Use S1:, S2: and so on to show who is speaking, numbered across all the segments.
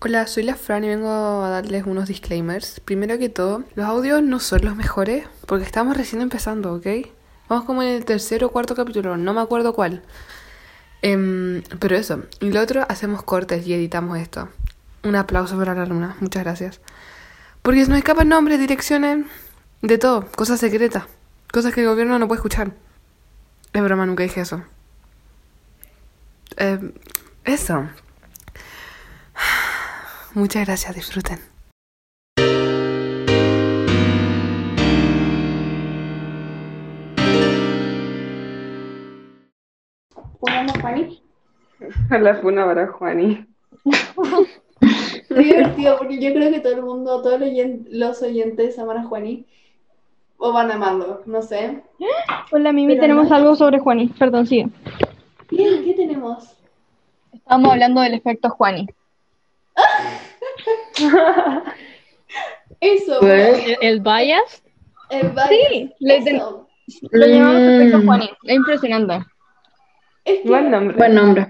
S1: Hola, soy la Fran y vengo a darles unos disclaimers. Primero que todo, los audios no son los mejores porque estamos recién empezando, ¿ok? Vamos como en el tercer o cuarto capítulo, no me acuerdo cuál. Em, pero eso, y lo otro, hacemos cortes y editamos esto. Un aplauso para la luna, muchas gracias. Porque se nos escapan nombres, direcciones, de todo, cosas secretas, cosas que el gobierno no puede escuchar. Es broma, nunca dije eso. Em, eso. Muchas gracias, disfruten.
S2: Hola, Fanny.
S1: La funa para Juani.
S2: Muy divertido, porque yo creo que todo el mundo, todos los oyen- los oyentes de Samara Juaní, o van a amarlo, no sé.
S3: Hola Mimi,
S2: Pero
S3: tenemos
S2: no-
S3: algo sobre Juani. Perdón, sigue.
S2: Bien, ¿qué tenemos?
S3: Estábamos hablando del efecto Juani.
S2: Eso,
S3: ¿El, bias?
S2: el baile.
S3: Sí, le ten-
S2: Eso.
S3: lo llamamos efecto
S4: Mm.
S3: Juani. Es impresionante.
S2: Es que
S1: Buen nombre.
S4: Buen nombre.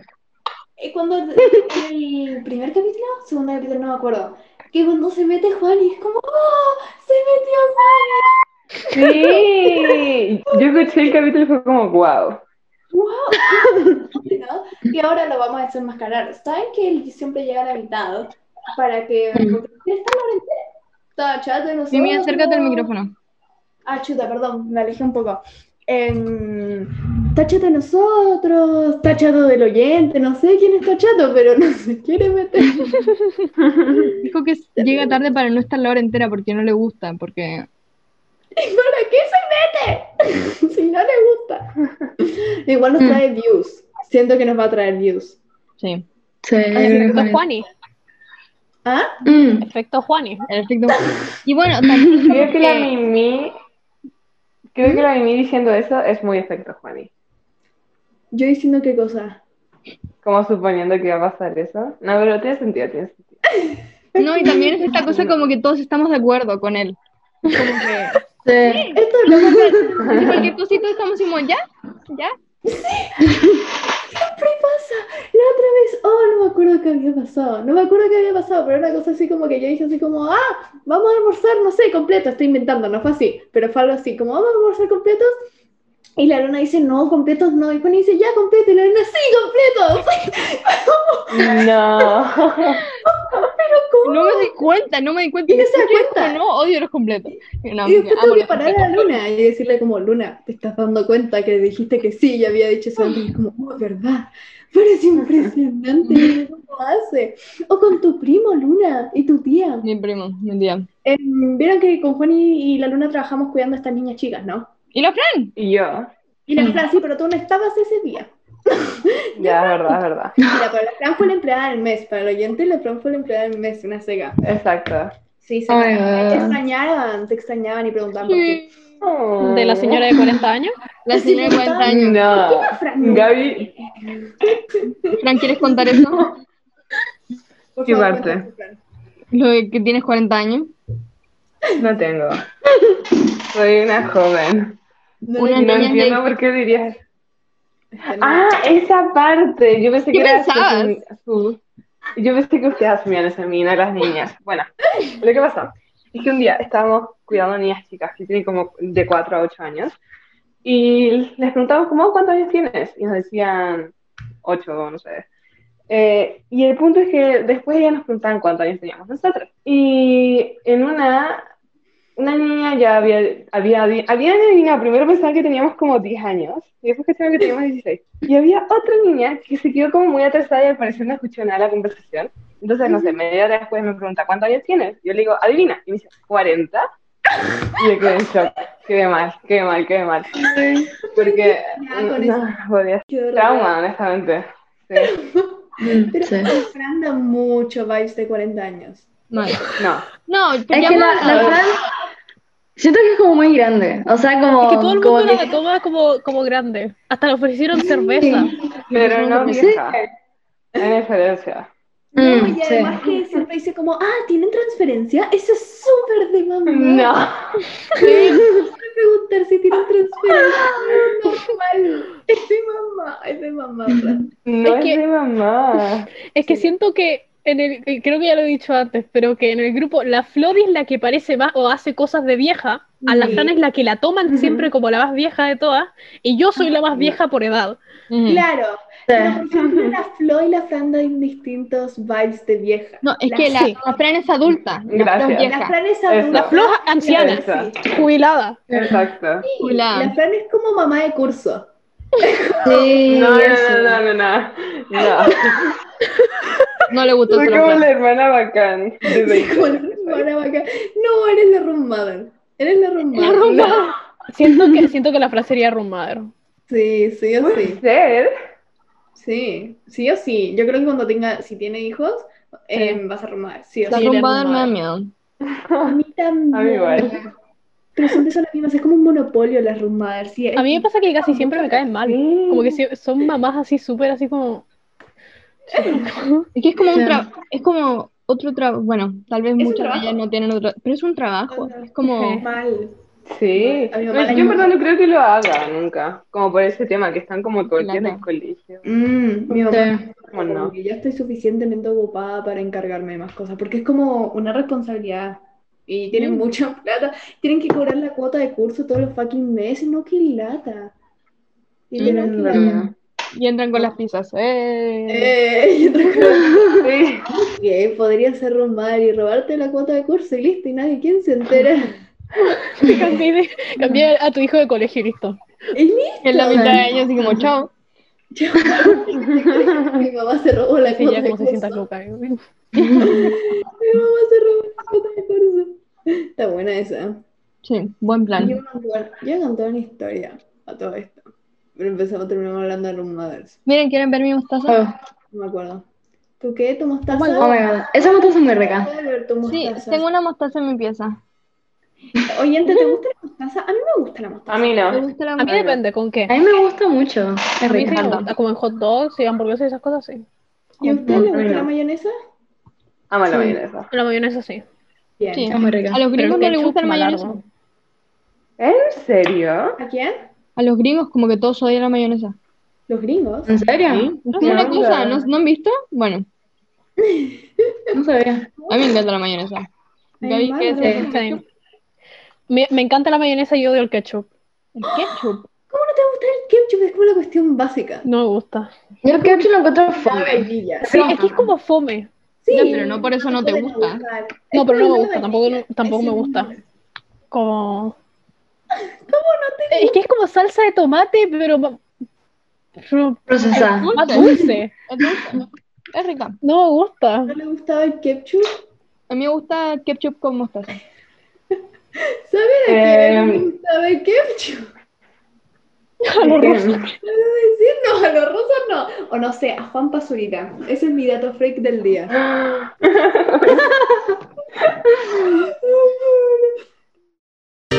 S2: eh, cuando en el primer capítulo, segundo capítulo, no me acuerdo, que cuando se mete Juan y es como, ¡Oh! ¡Se metió Juan!
S1: Sí, yo escuché el capítulo y fue como, wow.
S2: ¿no? Y ahora lo vamos a desenmascarar. ¿Saben que él siempre llega a la mitad? Para que.
S4: Mm.
S2: Porque él está en la hora entera. Está chato de nosotros.
S3: Mimi, acércate al micrófono.
S2: Ah, chuta, perdón, me alejé un poco. Em, está chato de nosotros, está chato del oyente, no sé quién está chato, pero no se quiere meter.
S3: Dijo que llega tarde para no estar la hora entera porque no le gusta, porque...
S2: ¿Para qué se mete? si no le gusta. Igual
S3: Mm.
S2: nos trae views. Siento que nos va a traer views.
S3: Sí.
S4: Sí,
S5: Efecto
S3: Eh.
S4: mejor.
S5: Juani,
S2: ¿Ah?
S4: Mm,
S5: efecto Juani.
S3: El efecto Y bueno, también...
S6: Creo que la
S3: eh,
S6: Mimi, creo que la Mimi diciendo eso es muy efecto, Juani.
S2: Yo diciendo qué cosa.
S6: Como suponiendo que va a pasar eso. No, pero tiene sentido, tiene sentido.
S3: no, y también es esta cosa como que todos estamos de acuerdo con él. Como que...
S4: sí.
S2: Esto lo vamos a hacer.
S3: de Cualquier cosita estamos como, ¿ya? ¿Ya?
S2: ¿Qué pasa? La otra vez, oh, no me acuerdo qué había pasado. No me acuerdo qué había pasado, pero era una cosa así como que yo dije así como, ah, vamos a almorzar, no sé, completo. Estoy inventando, no fue así, pero fue algo así como, vamos a almorzar completos. Y la luna dice, no, completos no. Y Juan dice, ya, completo. Y la luna, sí, completos.
S6: No.
S2: pero ¿cómo?
S3: No me di cuenta, no me di cuenta.
S2: Y no se da
S3: Yo digo,
S2: cuenta.
S3: No, odio los completos. No,
S2: Y después
S3: amo
S2: tuve que
S3: los
S2: parar a la Luna y decirle como, Luna, ¿te estás dando cuenta que dijiste que sí y había dicho eso antes? Y como, oh, es verdad, pero es impresionante cómo hace. O con tu primo, Luna, y tu tía.
S3: Mi primo, mi tía.
S2: Em, Vieron que con Juan y, y la Luna trabajamos cuidando a estas niñas chicas, ¿no?
S3: ¿Y la Fran?
S6: Y yo.
S2: Y la Fran, sí, pero tú no estabas ese día.
S6: Ya, es verdad, es verdad.
S2: Mira, pero la Fran fue la empleada del mes. Para el oyente, la Fran fue la empleada del mes, una sega.
S6: Exacto.
S2: Sí, se
S4: Ay,
S2: Te
S4: ay, ay.
S2: extrañaban, te extrañaban y preguntaban por ti.
S5: De la señora de 40 años.
S3: La señora de 40 años.
S6: No.
S2: La Fran,
S6: Gaby,
S3: Fran, ¿quieres contar eso?
S2: por
S6: ¿qué
S2: favor,
S6: parte?
S2: cuéntanos, Fran.
S3: Lo de que tienes 40 años.
S6: no tengo. Soy una joven.
S2: No
S3: Una
S2: le-
S6: No
S3: niña
S6: entiendo
S3: gay.
S6: por qué dirías.
S2: Este,
S6: Ah, esa parte. Yo pensé
S3: ¿Qué
S6: que era
S3: pensabas?
S6: su- su- Yo pensé que ustedes asumían ese mina a las niñas. Bueno, lo que pasó es que un día estábamos cuidando a niñas chicas que tienen como de 4 a 8 años y les preguntamos como, ¿cuántos años tienes? Y nos decían 8, no sé. Eh, y el punto es que después ellas nos preguntaban cuántos años teníamos nosotros. Y en una, una niña ya había, había, adi- había adivinado, primero pensaba que teníamos como 10 años, y después pensaba que teníamos 16. Y había otra niña que se quedó como muy atrasada y al parecer no escuchó nada de la conversación. Entonces, no sé, media hora después me pregunta, ¿cuántos años tienes? Yo le digo, adivina. Y me dice, ¿40? Y yo quedé en shock. Quedé mal, quedé mal, quedé mal. Porque
S2: Ya, con
S6: no, podía
S2: Qué horror.
S6: trauma, honestamente. Sí.
S4: Mm,
S2: Pero
S4: sí.
S2: la Fran da mucho vibes de 40 años.
S3: No,
S6: No,
S3: no
S4: Es que la, la Fran siento que es como muy grande. O sea, como.
S5: Es que todo el
S4: como
S5: mundo la
S4: que-
S5: toma como, como grande. Hasta le ofrecieron cerveza.
S6: pero no
S4: Sí.
S6: vieja. En diferencia.
S2: No,
S4: Mm,
S2: y
S4: sí.
S2: además que siempre dice como, ah, ¿tienen transferencia? Eso es súper de mamá.
S6: No.
S2: Siempre preguntar si tienen transferencia. No, normal. Es de mamá, es de mamá. Fran.
S6: No
S5: Es
S6: es,
S5: que-
S6: de mamá.
S5: Es que siento que en el, eh, creo que ya lo he dicho antes, pero que en el grupo la Flori es la que parece más o hace cosas de vieja, a la
S2: Sí.
S5: Hanna es la que la toman
S2: Ujú.
S5: siempre como la más vieja de todas, y yo soy la más vieja por edad.
S2: Claro. Pero,
S4: Sí.
S2: por ejemplo, la Flo y la Fran dan distintos vibes de vieja.
S3: No, es
S2: La-
S3: que la,
S5: sí.
S3: la Fran es adulta. la Fran
S6: Gracias.
S3: es vieja.
S2: La Fran es adulta.
S6: La
S5: Flo es anciana,
S2: Sí.
S5: jubilada.
S6: Exacto.
S2: Sí,
S3: Hola.
S2: La Fran es como mamá de curso.
S4: Sí,
S6: No, no,
S4: eso.
S6: no, no, no, no. No.
S3: No le gustó
S6: Soy
S3: ser
S6: como la
S3: Fran.
S6: hermana bacán. Desde-
S2: Como la hermana bacán. No, eres la room mother. Eres la room mother.
S5: Siento que, siento que la frase sería room mother.
S2: Sí, sí o sí.
S6: Puede ser.
S2: Sí, sí o sí. Yo creo que cuando tenga, si tiene hijos, eh, vas a room mother. Sí o
S3: La
S2: sí.
S5: Sí, la
S3: rumba me da
S5: hermana.
S3: miedo.
S2: A mí
S6: A mí
S2: también.
S6: igual.
S2: Pero siempre son las mismas. Es como un monopolio las room mothers. Sí,
S5: A mí me pasa que casi siempre me caen mal.
S6: Sí.
S5: Como que si- son mamás así súper, así como...
S3: Es que es como un
S4: Claro.
S3: trabajo, es como otro trabajo, bueno, tal vez
S2: un
S3: muchas de
S2: trabajo.
S3: ellas no tienen otro, pero es un trabajo,
S2: Ajá.
S3: es como,
S5: Sí.
S2: mal.
S6: Sí.
S2: A mi mamá
S6: Pues
S2: le-
S6: yo en verdad no creo que lo haga nunca. Como por ese tema que están como todo el día en el
S3: Claro.
S6: colegio.
S2: Mm, mi mamá.
S4: Sí.
S6: Como no.
S2: Como que ya estoy suficientemente ocupada para encargarme de más cosas, porque es como una responsabilidad. Y
S3: Mm.
S2: tienen mucha plata, tienen que cobrar la cuota de curso todos los fucking meses, no que lata. Y
S3: Mm,
S2: tienen que
S6: verdad.
S3: y entran con las pizzas, ¡eh!
S2: Eh, y otra cosa,
S6: Sí.
S2: que podría ser romar y robarte la cuota de curso y listo, y nadie, ¿quién se entera?
S5: cambié, de- cambié a tu hijo de colegio y listo.
S2: Y listo.
S3: Y en la mitad de ellos así como, chao,
S2: Mi mamá se robó la
S5: Así
S2: cuota
S5: ya
S2: de
S5: como se
S2: curso.
S5: sienta loca. ¿eh?
S2: Mi mamá se robó la cuota de curso. Está buena esa.
S3: sí, buen
S2: Yo
S3: plan.
S2: voy a contar una historia a todo esto. Pero empezamos, terminamos hablando de Room Mothers.
S3: Miren, ¿quieren ver mi mostaza?
S4: Oh,
S2: No me acuerdo. ¿Tú qué? ¿Tu mostaza?
S4: oh my god. Esa moto es muy rica.
S2: Voy a ver tu
S3: Sí,
S2: mostaza.
S3: tengo una mostaza en mi pieza.
S2: Oyente, ¿te gusta la mostaza? A mí me gusta la mostaza.
S6: A mí
S3: ¿Te
S6: no.
S3: gusta la
S5: A mí
S3: mostaza?
S5: depende con qué.
S4: A mí me gusta mucho. Es
S5: A mí sí
S4: rica.
S5: me gusta, como en hot dogs y hamburguesas y esas cosas, sí.
S2: ¿Y a ustedes
S6: A
S2: les
S6: mí
S2: gusta
S6: no.
S2: la mayonesa?
S6: Ama la
S4: Sí.
S6: mayonesa.
S5: La mayonesa sí.
S2: Bien.
S3: Sí.
S4: Es muy rica.
S3: A los
S5: Pero
S3: gringos no
S5: el
S3: les
S5: ketchup
S3: gusta la
S5: malardo.
S3: mayonesa.
S6: ¿En serio?
S2: ¿A quién?
S3: A los gringos como que todos odian la mayonesa.
S2: ¿Los gringos?
S4: ¿En serio?
S3: No es una
S6: No,
S3: cosa,
S6: claro.
S3: ¿no, ¿no han visto? Bueno,
S4: No sabía.
S3: a mí me encanta la mayonesa.
S2: Ay,
S3: Gaby,
S2: mala, no
S3: ¿qué es
S2: me
S3: el
S2: gusta.
S3: ketchup?
S5: Me, me encanta la mayonesa y odio el ketchup.
S3: El ketchup.
S2: ¿Cómo no te gusta el ketchup? Es como la cuestión básica.
S5: No me gusta.
S4: Yo el ketchup lo encuentro
S2: La
S4: fome.
S2: vainilla.
S5: Sí, es que es como fome.
S2: Sí.
S3: Ya, pero no por eso no te
S2: pueden
S3: gusta.
S2: abusar.
S5: No,
S2: Es como
S5: pero no me
S2: la
S5: gusta, tampoco-
S2: vainilla.
S5: tampoco
S2: Es
S5: me
S2: el-
S5: gusta. Como. Es que es como salsa de tomate, pero. ma- pero
S4: Procesada.
S5: más dulce.
S3: Es dulce, es rica.
S5: No me gusta.
S2: ¿No le gustaba el ketchup?
S3: A mí me gusta el ketchup con mostaza.
S2: ¿Saben a quién le
S6: Eh,
S2: gustaba el ketchup?
S5: A los rusos.
S2: Puedo decir, no, a los rusos no. O no sé, a Juan Pazurita. Ese es mi dato freak del día.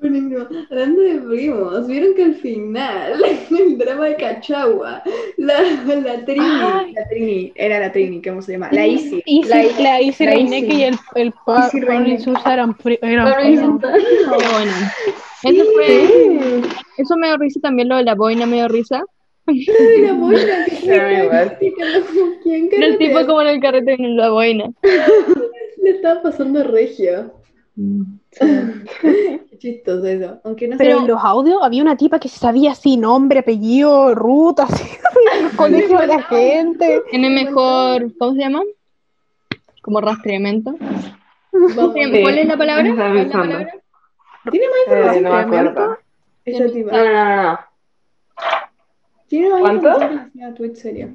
S2: Buenísimo. Hablando de primos, vieron que al final, el drama de Cachagua, la, la Trini,
S5: Ay.
S2: la Trini, era la Trini, ¿cómo se llama? La Isi.
S5: Y
S4: La
S5: sí, la Isi
S4: la
S5: Reineke
S4: Isi.
S5: y el, el pa-
S4: Isi
S5: Pablo
S4: Reineke.
S5: Insulza eran, pri- eran primos.
S3: Pero bueno, eso fue. Eso me dio risa también, lo de la boina me dio risa.
S2: Ay, la boina, que
S6: Sí, a mí igual.
S2: como quién
S3: Era el
S2: carretea.
S3: tipo como en el carrete en la boina.
S2: Le estaba pasando regio. Qué chistoso eso. Aunque no
S5: Pero
S2: sé.
S5: en los audios había una tipa que se sabía así, nombre, apellido, ruta, así, el colegio de la gente.
S3: Tiene mejor. ¿Cómo se llama? Como rastreamiento.
S2: vamos,
S6: Sí.
S3: ¿Cuál es la palabra?
S6: Estaba
S3: ¿Cuál es la
S6: pensando.
S3: palabra?
S2: ¿Tiene más
S6: Eh,
S2: información
S6: no me acuerdo.
S2: esa
S6: No,
S2: tipa?
S6: no, no, no.
S2: ¿Tiene más
S6: ¿Cuánto?
S2: información relacionada a Twitch serio?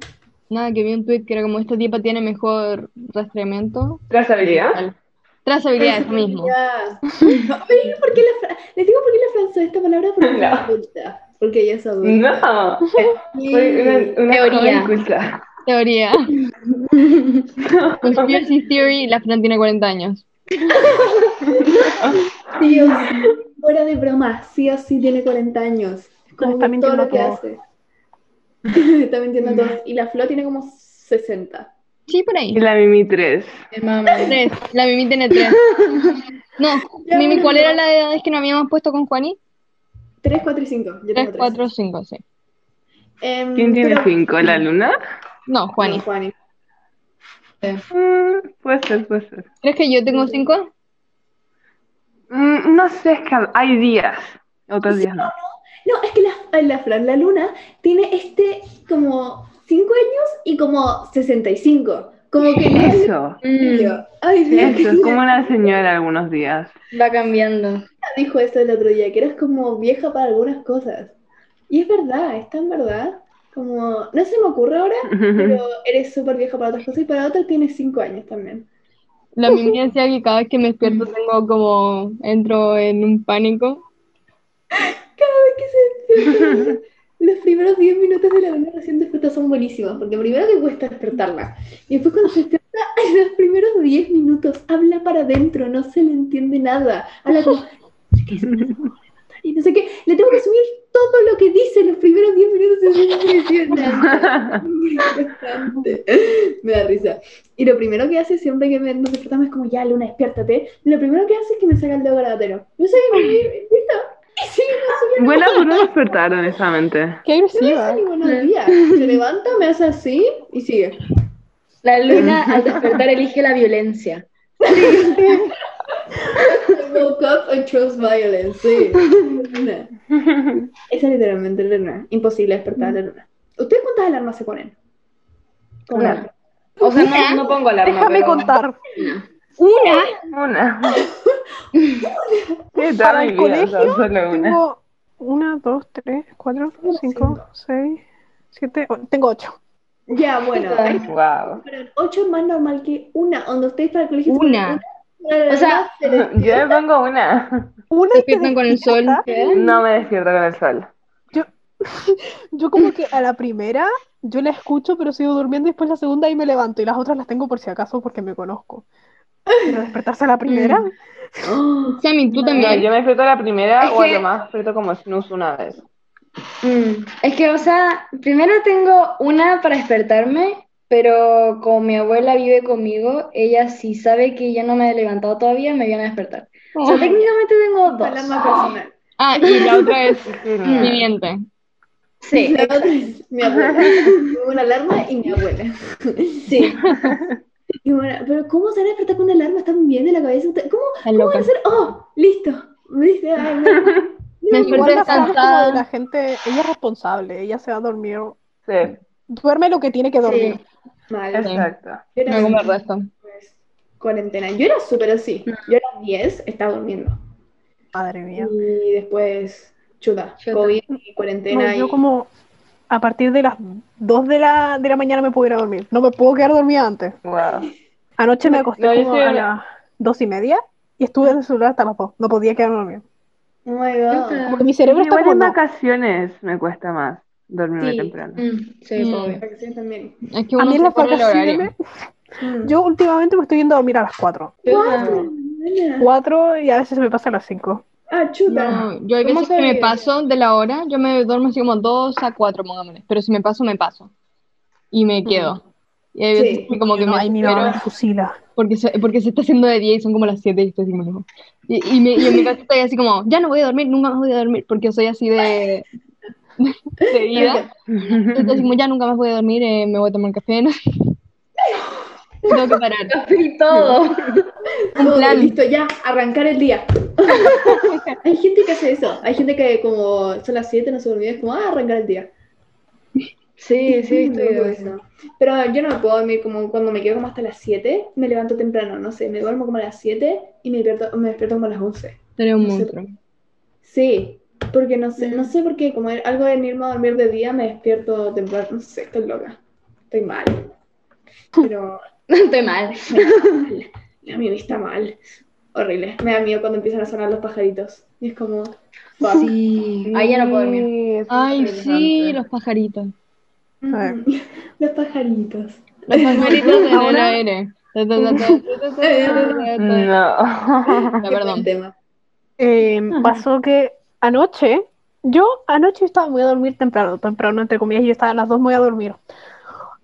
S3: Nada, que vi un tweet que era como esta tipa tiene mejor rastreamiento.
S6: ¿Trazabilidad?
S3: Trazabilidad, eso mismo.
S2: Ya. No, pero ¿por qué la fra- Les digo por qué la Fran sabe esta palabra porque
S6: No.
S2: es adulta. Porque ella es adulta.
S6: No. Soy una, una
S4: Teoría.
S6: joven culta.
S3: Teoría. Conspiracy theory, la Fran tiene 40 años.
S2: Sí o sí. Fuera de broma, sí o sí tiene 40 años. Es Como
S5: está
S2: todo
S5: mintiendo
S2: lo que
S5: todo.
S2: hace. Está mintiendo a todos. Y la Flo tiene como 60.
S3: Sí, por ahí.
S6: Y la Mimi 3.
S3: Tres. La Mimi tiene tres. No,
S2: Ya,
S3: Mimi,
S2: bueno,
S3: ¿cuál
S2: pero-
S3: era la edad que nos habíamos puesto con Juani?
S2: 3, 4 y 5. Yo
S3: Tres,
S2: tengo 3.
S3: cuatro, cinco, sí.
S2: Em,
S6: ¿Quién tiene
S2: pero-
S6: cinco? ¿La luna?
S3: No,
S2: No,
S3: Juani.
S2: Juani.
S6: Mm, puede ser, puede ser.
S3: ¿Crees que yo tengo cinco?
S6: Mm, no sé, es que hay días. Otros días no.
S2: No, es que la, ay, la Fran, la luna, tiene este como 5 años y como 65. Como que no es
S6: Eso.
S2: serio. Ay, Dios,
S6: Eso,
S2: que
S6: es como una señora algunos días.
S4: Va cambiando.
S2: dijo esto el otro día, que eras como vieja para algunas cosas. Y es verdad, es tan verdad. Como, no se me ocurre ahora, pero eres súper vieja para otras cosas y para otras tienes 5 años también.
S3: La mía decía que cada vez que me despierto tengo como. entro en un pánico.
S2: Los primeros 10 minutos de la luna recién despierta son buenísimos, porque primero te cuesta despertarla. Y después cuando se despierta, en los primeros 10 minutos habla para adentro, no se le entiende nada. Habla como, y no sé qué, le tengo que asumir todo lo que dice en los primeros 10 minutos, es impresionante. Impresionante. Me da risa. Y lo primero que hace siempre que me- nos despertamos es como, ya luna, despiértate. Lo primero que hace es que me saca el dedo grabatero. No sé qué, ¿listo? Y sigue
S6: Bueno, por no despertar, honestamente.
S5: Qué agresiva.
S2: Ay, buenos días. Se levanta, me hace así y sigue.
S4: La luna al despertar elige la violencia.
S2: I woke up and chose violence. Sí. Luna. Esa es literalmente la luna. Imposible despertar a la luna. ¿Ustedes cuántas alarmas se ponen?
S6: Una.
S4: O sea, no, no pongo alarma.
S5: Déjame
S4: pero-
S5: contar.
S4: Una.
S6: Una. ¿Qué tal
S5: Para el
S6: mi vida?
S5: colegio,
S6: No, solo una.
S5: Tengo una, dos, tres, cuatro, cinco, seis, siete, o- tengo ocho.
S2: Ya, bueno.
S6: Wow.
S2: Pero el ocho es más normal que una. Cuando ustedes para el colegio. se ponen
S3: Una.
S2: una
S4: O sea,
S2: se les-
S6: Yo me pongo una.
S5: Una
S3: Se
S5: y te
S3: despiertan con el sol.
S5: despierta.
S6: No me despierto con el sol.
S5: Yo como que a la primera yo la escucho, pero sigo durmiendo y después la segunda y me levanto y las otras las tengo por si acaso porque me conozco. Pero despertarse a la primera,
S3: Mm. Sammy, tú
S6: No,
S3: también.
S6: yo me despierto la primera
S4: Es
S6: o a
S4: que-
S6: lo más despierto como snooze una vez.
S4: Mm, Es que, o sea, primero tengo una para despertarme, pero como mi abuela vive conmigo, ella si sabe que yo no me he levantado todavía, me viene a despertar. O sea, técnicamente tengo
S2: una
S4: dos.
S2: Alarma personal.
S3: Ah, y la otra es
S6: Genial.
S3: viviente.
S4: Sí,
S2: La otra es mi abuela. Tengo una alarma y mi abuela.
S4: sí.
S2: Y bueno, pero ¿cómo se van a despertar con una alarma? ¿Están bien de la cabeza? ¿Ustedes- ¿Cómo
S3: Está
S2: van a
S3: loca.
S2: hacer? ¡Oh! ¡Listo! ¿Viste? Ay, no.
S3: Me desperté
S5: igual la Fran es como de la
S3: descansada.
S5: gente, ella es responsable, ella se va a dormir,
S6: Sí,
S5: duerme lo que tiene que dormir.
S4: Sí.
S2: Mal.
S6: exacto.
S2: Yo
S3: Me
S2: era
S3: como el resto.
S2: pues, cuarentena. Yo era súper así. Yo a las 10 estaba durmiendo.
S5: Madre mía.
S3: Mm.
S2: Y después, chuta,
S4: Chuta.
S2: COVID y
S5: No,
S2: cuarentena.
S5: yo
S2: y-
S5: como a partir de las 2 de la, de la mañana me puedo ir a dormir. No me puedo quedar dormida antes.
S6: Wow.
S5: Anoche me acosté
S6: No, yo
S5: como
S6: soy
S5: a
S6: una-
S5: las dos y media y estuve en el celular hasta las 2. No podía quedarme dormida.
S2: Oh my god.
S5: Como que mi cerebro está
S6: Igual
S5: como
S6: en
S5: no.
S6: vacaciones me cuesta más dormirme
S2: Sí.
S6: temprano.
S4: Mm, sí,
S3: Mm.
S4: obvio.
S2: Vacaciones también.
S3: Es que
S5: A
S3: uno
S5: mí en
S3: se
S5: las
S3: corre el horario.
S5: vacaciones, yo últimamente me estoy yendo a dormir a las 4.
S2: Cuatro, nena.
S5: 4 y a veces se me pasa a las 5.
S2: Ah, chuta.
S3: No, yo hay
S4: ¿Cómo
S3: veces que me
S4: sobrevive?
S3: paso de la hora, yo me duermo así como dos a cuatro, pongámosle. Pero si me paso, me paso. Y me quedo. Y hay veces
S2: Sí.
S3: que como que
S5: no,
S3: me
S5: ahí mi
S3: desespero
S5: mamá me fusila.
S3: porque se, porque se está haciendo de día y son como las siete y estoy así como no. Y, y me, y en mi casa estoy así como, ya no voy a dormir, nunca más voy a dormir, porque soy así de... de ida. Entonces estoy así como, ya nunca más voy a dormir, eh, me voy a tomar café. ¿no? Tengo que parar.
S4: Y todo.
S2: Todo,
S3: plan.
S2: listo, ya, arrancar el día. Hay gente que hace eso. Hay gente que, como son las 7, no se durmió, es como, ah, arrancar el día.
S4: Sí, sí,
S2: Muy
S4: estoy
S2: loco
S4: de
S2: eso. Pero yo no me puedo dormir como cuando me quedo como hasta las 7, me levanto temprano, no sé, me duermo como a las 7 y me despierto, me despierto como a las 11.
S3: Seré un monstruo.
S2: Sí, porque no sé, no sé por qué, como era algo de irme a dormir de día, me despierto temprano, no sé, estoy loca, estoy mal. Pero
S4: Estoy mal.
S2: a mí me está mal, horrible, me da miedo cuando empiezan a sonar los pajaritos. Y es como, fuck.
S4: Sí. Ahí ya no puedo dormir.
S6: Sí, eso es
S3: Ay, sí,
S6: interesante.
S3: los pajaritos.
S2: Mm,
S5: A ver.
S2: los pajaritos.
S3: Los pajaritos en el
S4: Ahora-
S3: aire. Ta, ta, ta, ta, ta, ta, ta, ta.
S6: No.
S3: Ya,
S2: Qué buen
S3: Ah, perdón.
S2: tema.
S5: Eh, pasó que anoche, yo anoche estaba, me voy a dormir temprano, temprano entre comillas, yo estaba a las dos, me voy a dormir.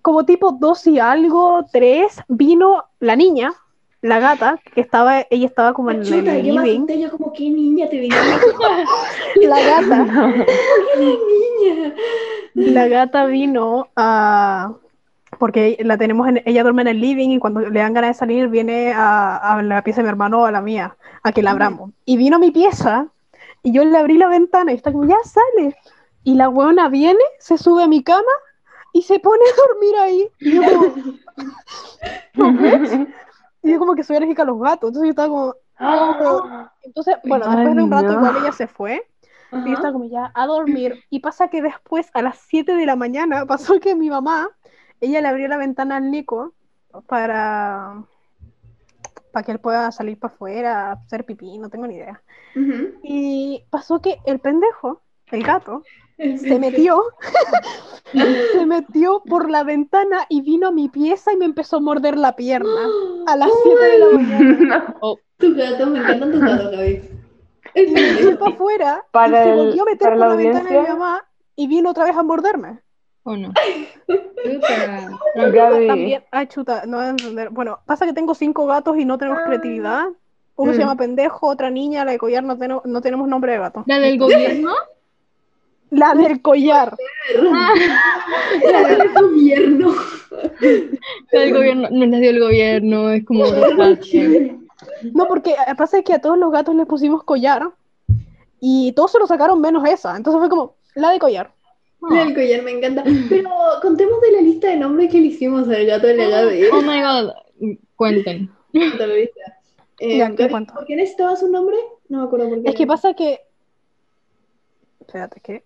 S5: Como tipo dos y algo, tres, vino la niña la gata, que estaba, ella estaba como en
S2: Chuta,
S5: el
S2: yo me
S5: living.
S2: asusté, yo como, ¿qué niña te vi?
S5: La gata,
S2: niña?
S5: la gata vino a. Porque la tenemos en, ella duerme en el living y cuando le dan ganas de salir viene a, a la pieza de mi hermano o a la mía, a que la abramos. Y vino a mi pieza y yo le abrí la ventana y está como, ya sale. Y la huevona viene, se sube a mi cama y se pone a dormir ahí. Y yo como, y yo como que soy alérgica a los gatos. Entonces yo estaba como,
S6: Ah.
S5: Entonces, bueno,
S6: Ay,
S5: después de un rato
S6: no.
S5: igual ella se fue y yo estaba como ya a dormir. Y pasa que después, a las 7 de la mañana, pasó que mi mamá, ella le abrió la ventana al Nico para, para que él pueda salir para afuera, hacer pipí, no tengo ni idea.
S2: Ujú.
S5: Y pasó que el pendejo, el gato, se
S2: Entonces,
S5: metió, se metió por la ventana y vino a mi pieza y me empezó a morder la pierna a las 7 de la mañana.
S2: Tus gatos, Ah, me encantan tus gatos, Gaby.
S5: me fui para afuera
S6: Para
S5: y se
S6: el-
S5: volvió a meter
S6: para
S5: por
S6: la
S5: la, ventana de mi
S6: audiencia.
S5: mamá y vino otra vez a morderme.
S3: ¿O no?
S4: Chuta.
S6: Gaby.
S5: También, ah, chuta, no voy a entender. Bueno, pasa que tengo cinco gatos y no tenemos creatividad. Uno se
S6: Mm.
S5: llama pendejo, otra niña, la de collar no, tenemos- no tenemos nombre de gato.
S3: ¿La del gobierno?
S5: La del collar.
S2: Era el gobierno.
S3: La del gobierno, no es la del gobierno, es como burocracia.
S5: No, porque eh, pasa que a todos los gatos les pusimos collar y todos se lo sacaron menos esa. Entonces fue como, la de collar.
S2: Era el collar, me encanta. Pero contemos de la lista de nombres que le hicimos al gato de la
S5: Ah.
S2: Gaby.
S3: Oh my god, cuenten.
S2: Te lo dice. Eh,
S5: Ya, ¿qué
S2: Gaby,
S5: cuento?
S2: ¿Por qué necesitabas un nombre? No me acuerdo por qué.
S5: Es que pasa que. Espérate, ¿qué?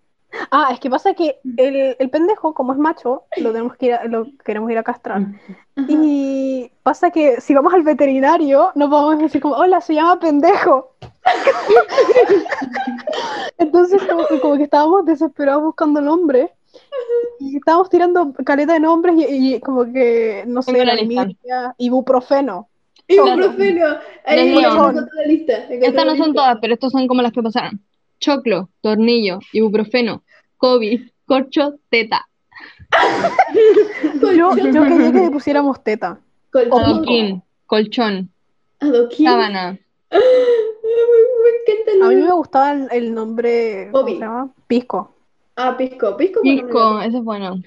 S5: Ah, es que pasa que el, el pendejo, como es macho, lo tenemos que ir a- lo queremos ir a castrar.
S2: Ajá.
S5: Y pasa que si vamos al veterinario, nos vamos a decir como, hola, se llama pendejo. Entonces, como, como que estábamos desesperados buscando nombre. Y estábamos tirando caleta de nombres y, y como que, no sé,
S3: Tengo la
S5: la
S3: lista.
S5: limia, ibuprofeno.
S2: Ibuprofeno. Ahí
S3: Del
S2: encontró
S5: guión.
S2: la lista. encontró
S3: Estas
S2: la
S3: no son
S2: lista.
S3: todas, pero estas son como las que pasaron. Choclo, tornillo, ibuprofeno, COVID, corcho, teta,
S5: Yo, yo quería que le pusiéramos teta.
S2: Colchón.
S3: adoquín, colchón,
S2: Adoquín.
S3: sábana.
S2: Me encanta el
S5: A mí
S2: nombre.
S5: me gustaba el, el nombre, ¿cómo
S2: Bobby.
S5: se llama? Pisco.
S2: Ah, pisco. Pisco. bueno, me
S3: Pisco, eso es bueno.
S4: Mm.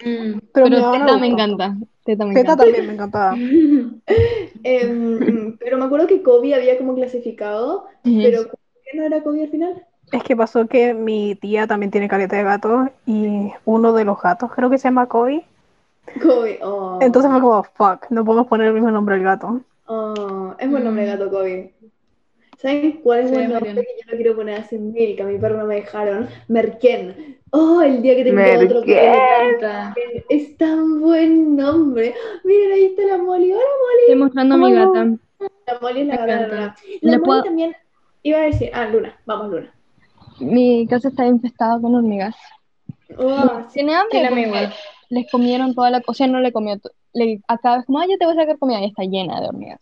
S3: Pero
S5: Pero, mi mamá no
S3: teta
S5: le
S3: me
S5: gustó.
S3: encanta. Teta me
S5: Teta
S3: encanta.
S5: también me encantaba.
S2: Em, mm, pero me acuerdo que Kobe había como clasificado,
S3: Ujú.
S2: pero ¿por qué no era Kobe al final?
S5: Es que pasó que mi tía también tiene caleta de gatos y uno de los gatos creo que se llama Kobe.
S2: Kobe, oh.
S5: Entonces fue como, fuck, no podemos poner el mismo nombre al gato.
S2: Oh, es buen nombre de gato, Kobe. ¿Saben cuál es
S3: Sí,
S2: buen nombre
S3: Mariana.
S2: que yo no quiero poner hace mil, que a mi perro no me dejaron? Merquén. Oh, el día que tengo otro
S6: Merquén.
S4: Chuta.
S2: perro. Es tan buen nombre. Miren, ahí está la Molly. Hola,
S3: Estoy mostrando a mi
S5: ¿Cómo no?
S3: gata.
S2: la Molly es la
S3: Me
S2: gata de
S3: encanta.
S2: Luna.
S3: Le
S2: La Molly
S3: puedo-
S2: también iba a decir, ah, Luna, vamos, Luna.
S3: Mi casa está infestada con hormigas.
S2: Oh, sí.
S3: Tiene hambre
S4: Sí, la
S3: porque
S4: mía igual.
S3: les comieron toda la... O sea, no le comió... to- Le, a cada vez como, ay, yo te voy a sacar comida. Y está llena de hormigas.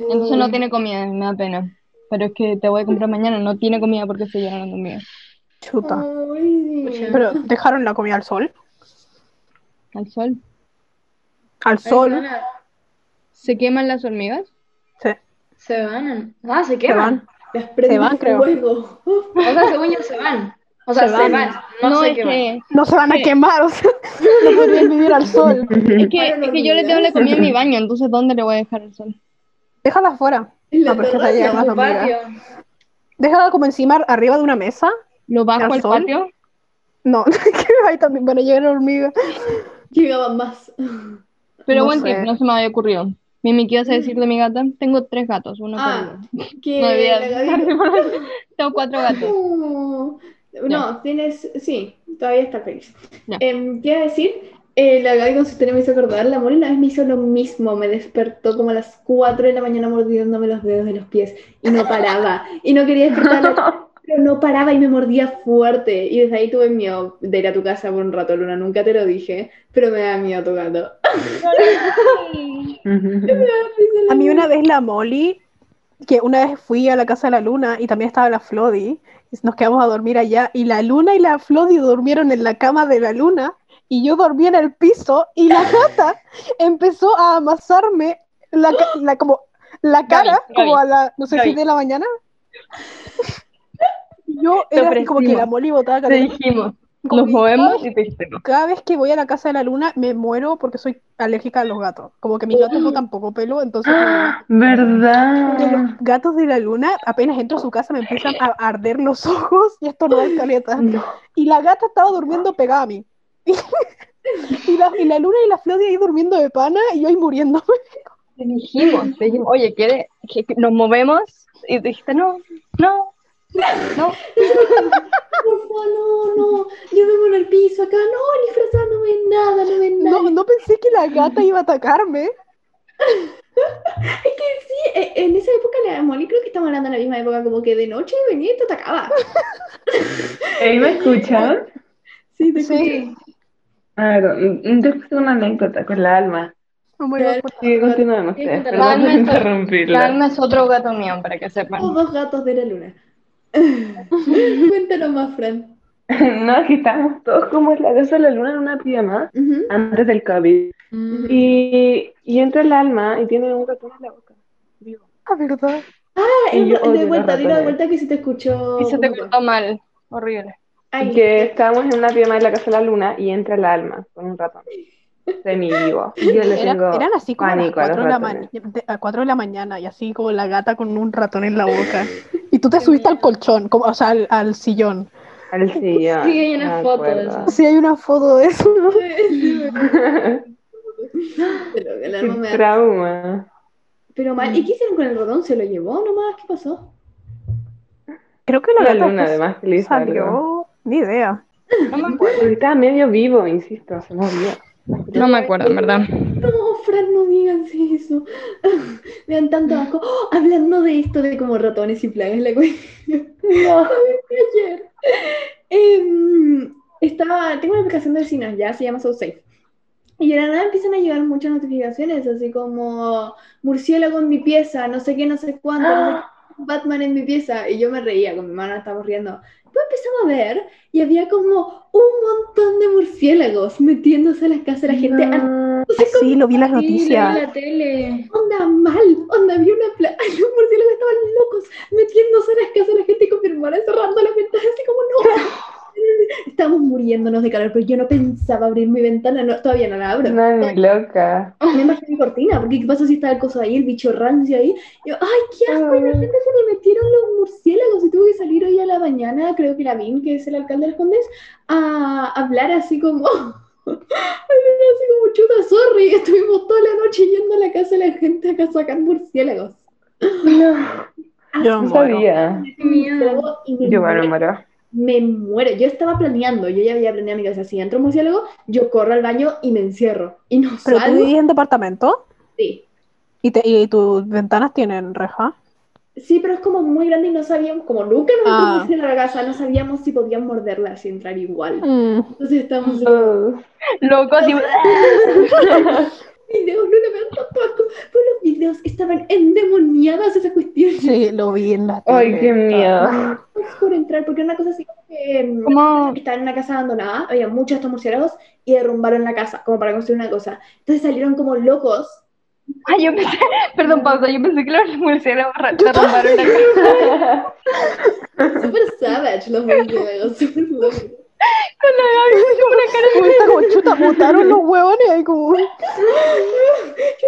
S3: Entonces no tiene comida, me da pena. Pero es que te voy a comprar mañana. No tiene comida porque se llenaron de hormigas.
S2: Mm.
S5: Chuta.
S2: Ay, sí.
S5: Pero dejaron la comida al sol.
S3: Al sol.
S4: Ay,
S5: Al sol.
S4: Ana,
S3: ¿Se queman las hormigas?
S4: Se van. Ah, se
S5: Se
S4: queman.
S5: van.
S2: Las prendes
S5: Se van, creo.
S2: fuego.
S4: O sea, según yo, se van. O sea,
S5: Se
S4: se,
S5: van.
S4: van. No, se
S3: es
S4: queman.
S3: que,
S5: No se van a quemar, o sea, no podrían vivir al sol.
S3: es que,
S2: Fueron
S3: es que yo le tengo la
S2: hormigas.
S3: comida en mi baño, entonces ¿dónde le voy a dejar el sol?
S5: Déjala afuera.
S2: En la
S5: No, pero es que
S2: terraza,
S5: se
S4: En
S5: llegan las
S4: tu
S5: hormigas.
S4: patio.
S5: Déjala como encima, arriba de una mesa.
S3: ¿Lo bajo
S5: ¿Al
S3: al
S5: sol?
S3: patio?
S5: No, que ahí también van a llegar hormigas.
S2: Llegaban más.
S3: Pero
S5: No
S3: buen
S5: sé.
S3: tip, no se me había ocurrido. Mimi, ¿qué ibas a decir de mi gata? Tengo tres gatos, uno
S2: Ah, que
S3: por
S2: la Gaby- Uh,
S3: Tengo cuatro gatos.
S2: No,
S3: Ya.
S2: tienes, sí, todavía está feliz.
S3: Ya.
S2: Em, ¿Qué iba a decir? Eh, la Gaby con su tele me hizo acordar, la Mori una vez me hizo lo mismo, me despertó como a las 4 de la mañana mordiéndome los dedos de los pies y no paraba, y no quería despertarla, pero no paraba y me mordía fuerte, y desde ahí tuve miedo de ir a tu casa por un rato, Luna, nunca te lo dije, pero me da miedo tu gato.
S5: A mí una vez la Molly, que una vez fui a la casa de la Luna y también estaba la Flody, y nos quedamos a dormir allá y la Luna y la Flody durmieron en la cama de la Luna y yo dormía en el piso y la gata empezó a amasarme la, ca- la- como la cara,
S4: Gaby,
S5: como a la, no sé,
S4: Gaby.
S5: 7 de la mañana. Yo
S4: Te
S5: era así como que
S4: ofrecimos.
S5: la moli botaba
S4: Te
S5: caleta.
S4: dijimos,
S5: Como
S4: nos
S5: que
S4: movemos
S5: cada-
S4: y te dijiste no.
S5: Cada vez que voy a la casa de la luna me muero porque soy alérgica a los gatos. Como que mis gatos botan poco pelo, entonces como que los
S6: ¿Verdad?
S5: gatos de la luna apenas entro a su casa me empiezan a arder los ojos y esto no es caleta. Y la gata estaba durmiendo pegada a mí. Y la, y la luna y la Flodia ahí durmiendo de pana y yo ahí muriendo.
S4: Te dijimos, te dijimos, oye, ¿quiere que que nos movemos? Y te dijiste, no, no, no.
S2: Porfa, no, no. Yo me muero en el piso acá. No, disfrazada, no ven nada, no ven nada.
S5: No, no pensé que la gata iba a atacarme.
S2: Es que sí, e- en esa época la Molly creo que estamos hablando de la misma época, como que de noche venía y te atacaba.
S6: ¿Ey, me escuchan?
S2: Sí, te
S5: Sí.
S6: A ver, mm, después tengo una anécdota con la alma.
S5: No me iba a-
S6: Sí, continuemos.
S4: Sí,
S6: ustedes,
S4: con la
S6: Perdón por
S4: alma.
S6: interrumpirla.
S4: Calma es otro gato mío, para que sepan.
S2: Todos gatos de la luna. Cuéntanos más, Fran.
S6: No, que estábamos todos como en la casa de la luna en una pijama
S2: Ujú,
S6: antes del COVID.
S2: ujú.
S6: Y, y entra el alma y tiene un ratón en la boca. Vivo.
S5: Ah, verdad.
S2: Ah,
S6: y yo odio
S2: de
S6: los
S2: vuelta, dilo de
S6: ratones.
S2: vuelta que se te escuchó.
S4: Y se te
S2: poco.
S4: cortó mal, horrible.
S2: Ay,
S6: Que estábamos en una pijama en la casa de la luna y entra el alma con un ratón. Semi vivo. Yo le
S5: Era-
S6: tengo
S5: eran así como a las
S6: pánico a los
S5: 4 de la,
S6: ratones.
S5: ma- de- a cuatro de la mañana y así como la gata con un ratón en la boca. Y tú te subiste al colchón, como, o sea, al, al sillón.
S6: Al sillón.
S4: Sí, hay una
S6: me
S4: foto de
S6: acuerdo.
S5: Sí, hay una foto de eso.
S2: pero el alma me
S6: Qué
S2: da-
S6: Trauma.
S2: Pero mal, ¿y qué hicieron con el ratón? ¿Se lo llevó nomás? ¿Qué pasó?
S5: Creo que
S6: La
S5: la gata
S6: luna,
S5: después
S6: además, que le hizo algo.
S5: salió. Ni idea.
S4: No me acuerdo.
S6: Porque estaba medio vivo, insisto, se movió.
S4: No me acuerdo, en verdad.
S2: No, Fran, no digas eso. Me dan tanto asco. ¡Oh! hablando de esto de como ratones y plagas, la cuestión. No. Ayer. em, estaba, tengo una aplicación de vecinos, ya se llama SoSafe. Y de la nada empiezan a llegar muchas notificaciones, así como murciélago en mi pieza, no sé qué, no sé cuánto, no sé qué, Batman en mi pieza. Y yo me reía, con mi hermana estábamos riendo. Después empezamos a ver y había como un montón de murciélagos metiéndose a las casas de la gente.
S5: Sí, lo vi en las
S4: Sí,
S5: noticias.
S4: la tele.
S2: Onda mal, onda, había una playa, los murciélagos estaban locos, metiéndose en las casas de la gente con mi hermana, cerrando las ventanas, así como no. Estamos muriéndonos de calor, pero yo no pensaba abrir mi ventana, no, todavía no la abro.
S6: No, ni loca.
S2: Me imagino mi cortina, porque qué pasa si está el coso ahí, el bicho rancio ahí. Y yo, ay, qué asco, y de repente se le metieron los murciélagos y tuve que salir hoy a la mañana, creo que la VIN, que es el alcalde de las Condes, a hablar así como, así como chuta, sorry, estuvimos toda la noche yendo a la casa de la gente acá a sacar murciélagos.
S5: Yo
S6: No
S5: muero.
S6: sabía.
S2: Así me murciélago y me
S6: Yo bueno,
S2: muero.
S6: muero.
S2: Me muero. Yo estaba planeando, yo ya había planeado mi casa. Si entro un murciélago, yo corro al baño y me encierro. Y no
S5: Pero tú
S2: salgo.
S5: vivías en departamento
S2: Sí.
S5: y, te- y tus ventanas tienen reja.
S2: Sí, pero es como muy grande y no sabíamos, como nunca nos
S5: Ah.
S2: metimos en la casa, no sabíamos si podíamos morderla si entrar igual.
S5: Mm.
S2: Entonces estábamos así,
S6: Oh,
S4: Loco, así,
S2: videos, no le vean tanto asco, pero los videos estaban endemoniadas esas cuestiones
S5: Sí, lo vi en la tele.
S6: Ay, qué miedo.
S2: por entrar, porque era una cosa así como que em,
S4: como
S2: estaba en una casa abandonada, había muchos de estos murciélagos y derrumbaron la casa, como para construir una cosa. Entonces salieron como locos.
S4: Ay, yo pensé, perdón, pausa, yo pensé que los murciélagos ra- te robaron la casa.
S2: Super savage los murciélagos, super locos.
S4: Con la Gaby, con una cara
S5: Uy, está como chuta, mutaron los huevones ahí como...
S2: Yo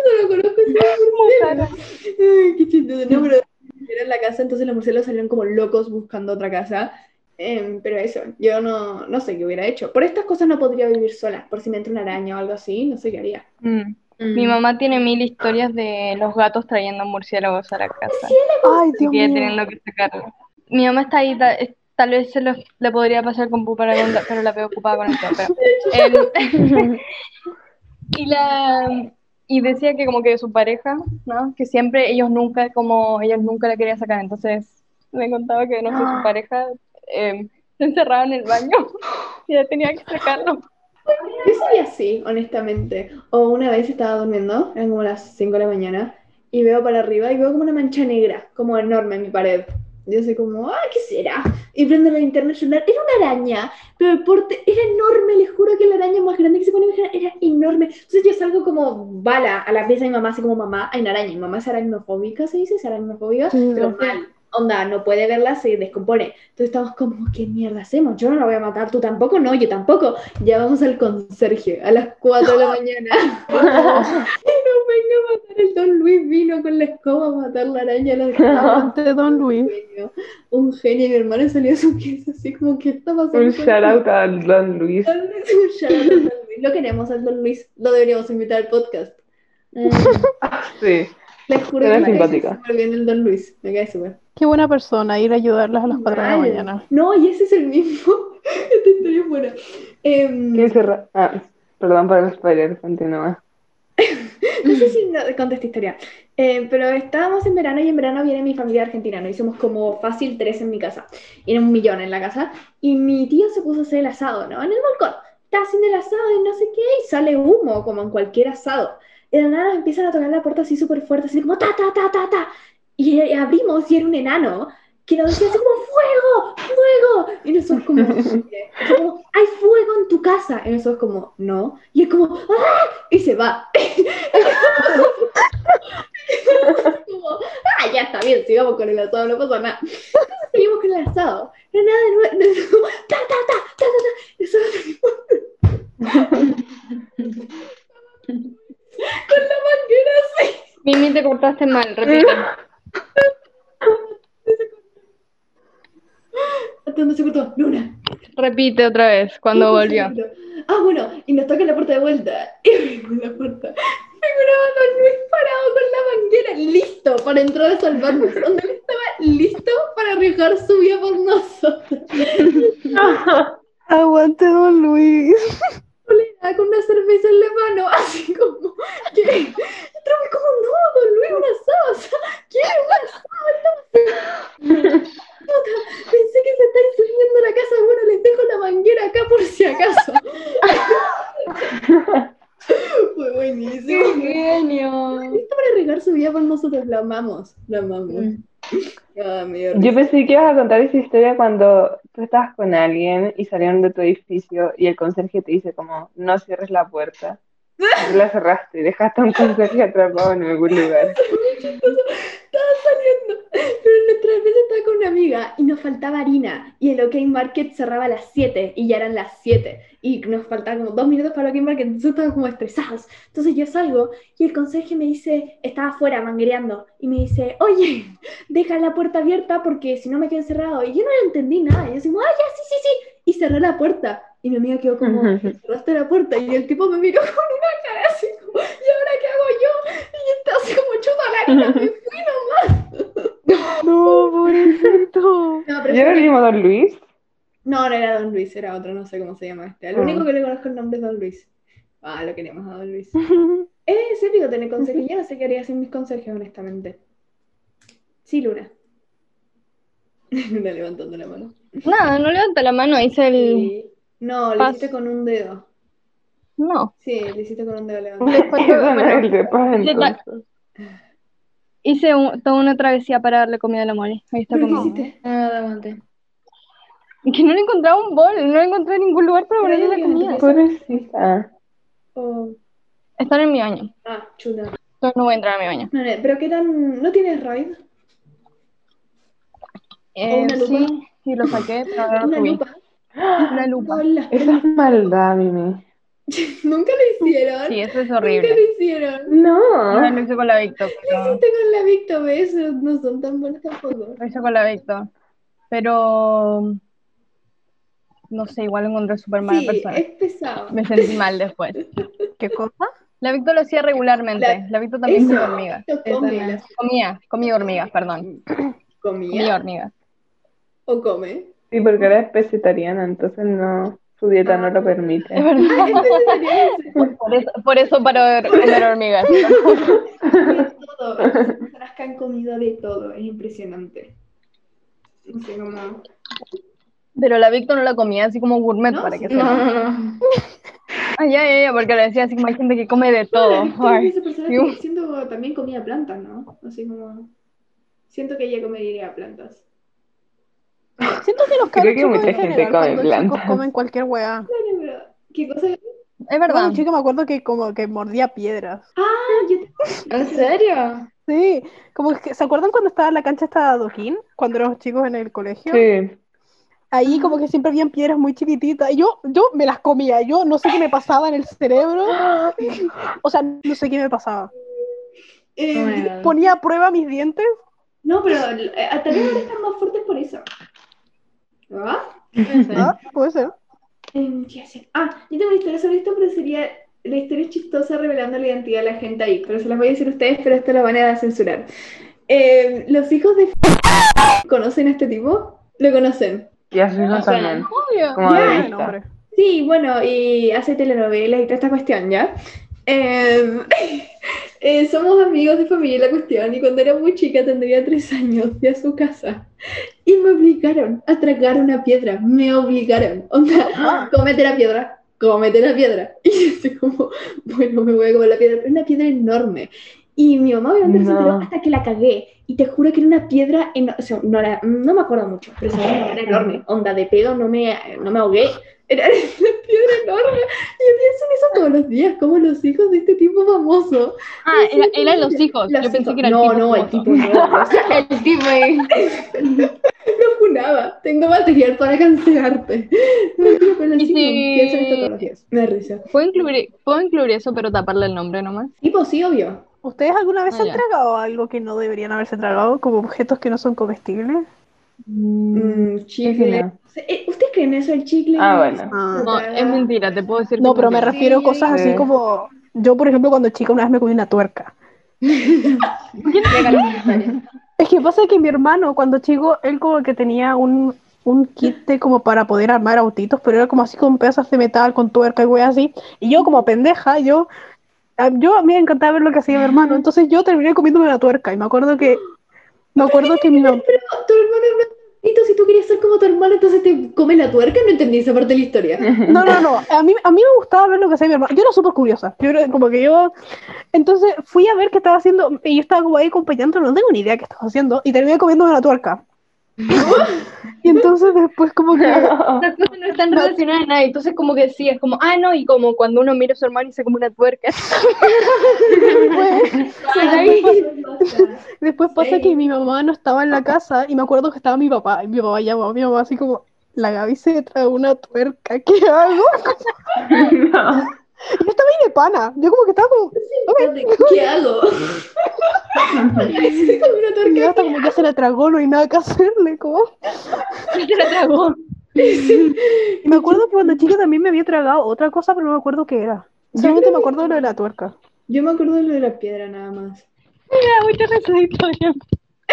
S2: no lo conozco, ese murciélago. Ay, Qué chistoso. No, pero era en la casa, entonces los murciélagos salieron como locos buscando otra casa. Em, pero eso, yo no, no sé qué hubiera hecho. Por estas cosas no podría vivir sola. Por si me entra una araña o algo así, no sé qué haría.
S4: Mm. Mi mamá tiene mil historias de los gatos trayendo murciélagos a la casa.
S5: Ay, Dios
S4: Y ella
S5: mío.
S4: teniendo que sacarlo. Mi mamá está ahí, ta- es- tal vez se lo, le podría pasar con Pu para contar, pero la veo ocupada con el papel. El- y, la, y decía que como que su pareja, ¿no? Que siempre ellos nunca, como ellos nunca la querían sacar, entonces me contaba que no sé,
S3: Ah.
S4: su pareja eh, se encerraba en el baño y ella tenía que sacarlo.
S2: Yo sería así, honestamente. O una vez estaba durmiendo, eran como las 5 de la mañana, y veo para arriba y veo como una mancha negra, como enorme en mi pared. Yo sé como, ah, ¿qué será? Y prendo la linterna y Era una araña, pero el porte era enorme, les juro que la araña más grande que se pone imaginar era enorme. enorme. Entonces yo salgo como bala a la pieza de mi mamá, así como mamá, en araña. Mi mamá es aracnofóbica, se dice, es aracnofóbica,
S5: Sí,
S2: pero
S5: sí.
S2: mal. Onda, no puede verla, se descompone. Entonces estamos como, ¿qué mierda hacemos? Yo no la voy a matar, tú tampoco, no, yo tampoco. Ya vamos al conserje a las 4 de la mañana. Venga a matar el Don Luis vino con la escoba a matar la araña. La dejaba
S5: Ante Don Luis.
S2: un genio. Un genio, y mi hermano salió de su pieza así como, ¿qué está pasando?
S6: Un
S2: con
S6: shout out a Don Luis.
S2: Don Luis? Un shoutout al Don Luis. Lo queremos al Don Luis, lo deberíamos invitar al podcast.
S4: Mm.
S6: Sí.
S2: Les juro
S6: Era
S2: que me cae
S6: simpática.
S2: súper bien el Don Luis, me cae súper.
S5: Qué buena persona ir a ayudarlas a las 4 de la
S2: Mal.
S5: mañana.
S2: No, y ese es el mismo. Esta historia es buena. Em,
S6: ¿Quién cerra- Ah, perdón por el spoiler, continúa.
S2: No sé si no, conté esta historia, Eh, pero estábamos en verano y en verano viene mi familia argentina, ¿no? Y somos como fácil tres en mi casa, y era un millón en la casa, y mi tío se puso a hacer el asado, ¿no? En el balcón, está haciendo el asado y no sé qué, y sale humo, como en cualquier asado. Y de la nada nos empiezan a tocar la puerta así súper fuerte, así como ta, ta, ta, ta, ta, y eh, abrimos y era un enano que nos decía así como fuego, fuego, y nosotros como, como, hay fuego en tu casa, y nosotros como, no, y es como, ¡ah! Y se va. como, ah, ya está bien, sigamos con el asado, no pasa nada. Seguimos con el asado. No, nada de nuevo. de nuevo, Ta, ta, ta, ta, ta, ta. y solo seguimos con la manguera así.
S3: Mimi, te cortaste mal, repite.
S2: ¿Hasta dónde se cortó? Luna.
S3: Repite otra vez cuando volvió.
S2: Ah, bueno, y nos toca la puerta de vuelta. Y abrimos la puerta. Figuraba Don Luis parado con la manguera, listo para entrar a salvarnos. Don Luis estaba listo para arriesgar su vida por nosotros.
S5: Aguante Don Luis.
S2: polera con una cerveza en la mano, así como que entraba como no, don Luis, un asado, o sea, ¿qué es un asado? Entonces, puta, pensé que se está incendiando la casa, bueno, les dejo la manguera acá por si acaso. Fue
S4: ¡Qué
S2: buenísimo.
S4: genio!
S2: Listo para arriesgar su vida por nosotros, la amamos, la amamos.
S4: Mm.
S2: Ah, mi Dios.
S6: Yo pensé que ibas a contar esa historia cuando tú estabas con alguien y salieron de tu edificio y el conserje te dice como, no cierres la puerta. Y tú la cerraste y dejaste a un conserje atrapado en algún lugar.
S2: Estaba saliendo, pero nuestra defensa estaba con una amiga y nos faltaba harina. Y el OK Market cerraba a las 7 y ya eran las 7. Y nos faltaban como dos minutos para el OK Market, entonces estábamos como estresados. Entonces yo salgo y el conserje me dice, estaba afuera manguereando, y me dice, oye, deja la puerta abierta porque si no me quedo encerrado. Y yo no entendí nada. Y yo así, como, ah, ya, sí, sí, sí. Y cerré la puerta. Y mi amiga quedó como, cerraste la puerta. Y el tipo me miró con una cara así como, ¿y ahora qué hago yo? Y está así como, chuta la harina, me fui nomás.
S5: No, pobrecito.
S2: No, pero
S6: ¿Yo
S2: fue-
S6: le digo a Don Luis?
S2: no, no era Don Luis, era otro, no sé cómo se llama este. Al
S6: Ah.
S2: único que le conozco el nombre es Don Luis. Ah, lo queremos a Don Luis. Es épico tener conserjes. Yo no sé qué haría sin mis conserjes, honestamente. Sí, Luna. Luna levantando la mano.
S3: Nada, no levanta la mano, hice el.
S2: Sí. No, lo
S3: Paso.
S2: hiciste con un dedo.
S3: No.
S2: Sí, lo hiciste con un dedo levantado.
S3: Les cuento-
S6: Eso no es el
S3: bueno,
S6: de paz,
S3: le
S6: entonces.
S3: tra- hice un- toda una travesía para darle comida a la mole. Ahí está
S2: ¿Pero qué
S3: como.
S2: hiciste?
S4: No, no lo aguanté.
S3: Que no le encontraba un bol, no le encontré ningún lugar para
S2: Pero
S3: ponerle
S2: ahí
S3: la comida.
S2: obviamente
S6: Pobrecita.
S2: Oh,
S3: Están en mi baño.
S2: Ah, chuta.
S3: Yo no voy a entrar a mi baño.
S2: No, no, pero qué tan. ¿No tienes raid?
S3: Eh,
S2: una lupa?
S3: sí, sí, lo saqué, pero ahora lo
S2: Una
S3: subí.
S2: lupa.
S3: Una lupa.
S2: Hola.
S6: Eso es maldad, Mimi.
S2: Nunca lo hicieron.
S3: Sí, eso es
S2: Nunca lo
S3: horrible. Ah.
S2: hicieron.
S3: No,
S6: No.
S3: lo hice con la Victor. pero-
S2: hiciste con la Victor, ¿ves? No- No son tan buenos tampoco.
S3: Lo hice con la Victor. Pero. No sé, igual lo encontré súper mala
S2: sí,
S3: persona.
S2: es pesado.
S3: Me sentí mal después.
S5: ¿Qué cosa?
S3: La Victor lo hacía regularmente. La, Victor también
S2: Eso.
S3: comía hormigas.
S2: Esto
S4: Eso
S2: come,
S4: no.
S2: las-
S3: Comía, comía hormigas, perdón. Comía
S2: ¿Comía
S3: hormigas.
S2: o come?
S6: Sí, porque era es pescetariana, entonces no, su dieta no lo
S3: Ah. Es
S6: permite.
S3: verdad.
S2: Entonces sería ese.
S3: Por eso, por eso paró de comer hormigas.
S2: De todo. Las personas que han comido de todo. Es impresionante. No sé cómo.
S3: Pero la Victor no la comía así como gourmet
S2: No,
S3: para que
S2: sí.
S3: sepa.
S4: No, no, no.
S3: Ah, ya, ya, ya, porque le decía así como hay gente que come de todo.
S2: Victor
S3: Ay,
S2: es esa persona
S3: Dios.
S2: que siento también comía plantas, ¿no? Así como. Siento que ella comería plantas.
S5: Siento que los
S6: Creo
S5: cabros
S6: que
S5: chicos
S6: mucha
S5: en
S6: gente come
S5: general cuando chicos
S6: plantas.
S5: comen cualquier weá.
S2: Claro, pero. ¿Qué cosa?
S3: Es
S5: Era
S3: verdad.
S5: un chico me acuerdo que como que mordía piedras.
S4: ¿En serio?
S5: Sí, como que, ¿se acuerdan cuando estaba en la cancha esta de adoquín? Cuando éramos chicos en el colegio.
S6: Sí.
S5: Ahí como que siempre habían piedras muy chiquititas. Y yo, yo me las comía, yo no sé qué me pasaba en el cerebro. O sea, no sé qué me pasaba.
S4: Oh
S2: Eh,
S4: my God.
S5: Ponía a prueba mis dientes.
S2: no, pero eh, tal vez ahora están más fuertes por eso. ¿Ah?
S5: Ah, puede ser.
S2: Em, ¿Qué hacen? Ah, yo tengo una historia sobre esto, pero sería la historia chistosa revelando la identidad de la gente ahí. Pero se las voy a decir a ustedes, pero esto lo van a censurar. Em, los hijos de... ¿Conocen a este tipo? Lo conocen.
S6: Y a sus hijos también.
S3: Obvio.
S6: Como
S2: Ya,
S6: de
S5: Ah,
S6: vista.
S5: el hombre.
S2: Sí, bueno, y hace telenovelas y toda esta cuestión, ¿ya? Em, eh, somos amigos de familia y la cuestión, y cuando era muy chica, tendría tres años, fui a su casa. Y me obligaron a tragar una piedra, me obligaron. Onda, cómete la piedra, cómete la piedra. Y yo así como, bueno, me voy a comer la piedra, pero una piedra enorme. Y mi mamá obviamente no. se
S6: No.
S2: enteró hasta que la cagué. Y te juro que era una piedra, en, o sea, no, la- no me acuerdo mucho, pero sabía que era enorme. Onda de pedo, no me, no me ahogué. Era una piedra enorme. Y yo pienso en eso todos los días, como los hijos de este tipo famoso.
S3: Ah, era, era los hijos.
S2: Los
S3: Yo pensé
S2: hijos-
S3: que era el
S2: no,
S3: tipo
S2: no, el
S3: famoso.
S2: tipo no. los-
S4: El tipo
S3: eh.
S4: ahí.
S2: Lo funaba. Tengo material para cancelarte. No, tío, pero
S3: Y
S2: sí,
S3: si-
S2: pienso en esto todos los días. Me da risa.
S3: ¿Puedo incluir, puedo incluir eso, pero taparle el nombre nomás.
S2: Tipo, sí, obvio.
S5: ¿Ustedes alguna vez
S3: Ah,
S5: se han
S3: ya.
S5: tragado algo que no deberían haberse tragado, como objetos que no son comestibles?
S2: Mm, chicle.
S6: no.
S2: O sea, eh, ¿Ustedes creen eso, el chicle?
S6: Ah, bueno.
S5: Ah.
S3: No, es mentira, te puedo decir.
S5: No,
S3: que
S5: pero
S3: es
S5: me
S3: mentira.
S5: refiero a cosas así
S6: Sí.
S5: como. Yo, por ejemplo, cuando chica una vez me comí una tuerca. Es que pasa que mi hermano, cuando chico, él como que tenía un, un kit de como para poder armar autitos, pero era como así con pedazos de metal, con tuerca y weas así. Y yo, como pendeja, yo. a- Yo a mí me encantaba ver lo que hacía mi hermano, entonces yo terminé comiéndome la tuerca. Y me acuerdo que. Me acuerdo que mi mamá.
S2: No, tu hermano era un maldito, si tú querías ser como tu hermano, entonces te comes la tuerca. No entendí esa parte de la historia.
S5: No, no, no. A mí, a mí me gustaba ver lo que hacía mi hermano. Yo era súper curiosa. Yo era como que yo. Entonces fui a ver qué estaba haciendo y yo estaba como ahí acompañándolo. No tengo ni idea qué estaba haciendo. Y terminé comiéndome la tuerca. y entonces después, como que.
S3: Las cosas no están relacionadas a nada, entonces como que sí, es como, ah, no, y como cuando uno mira a su hermano y se come una tuerca.
S2: Ay, qué pasa.
S5: Después pasa
S2: Sí.
S5: que mi mamá no estaba en la casa y me acuerdo que estaba mi papá. Y mi papá llamó a mi mamá así como. La Gaby se trae una tuerca. ¿Qué hago?
S6: No.
S5: Y yo estaba ahí de pana. Yo como que estaba como.
S2: ¿Qué hago? Se comió una
S5: Y mi mamá
S2: tuerca.
S5: está como ya se la tragó, no hay nada que hacerle. Como. Y me acuerdo que cuando chica también me había tragado otra cosa, pero no me acuerdo qué era. Solamente me acuerdo de lo de la tuerca.
S2: Yo me acuerdo de lo de la piedra nada más.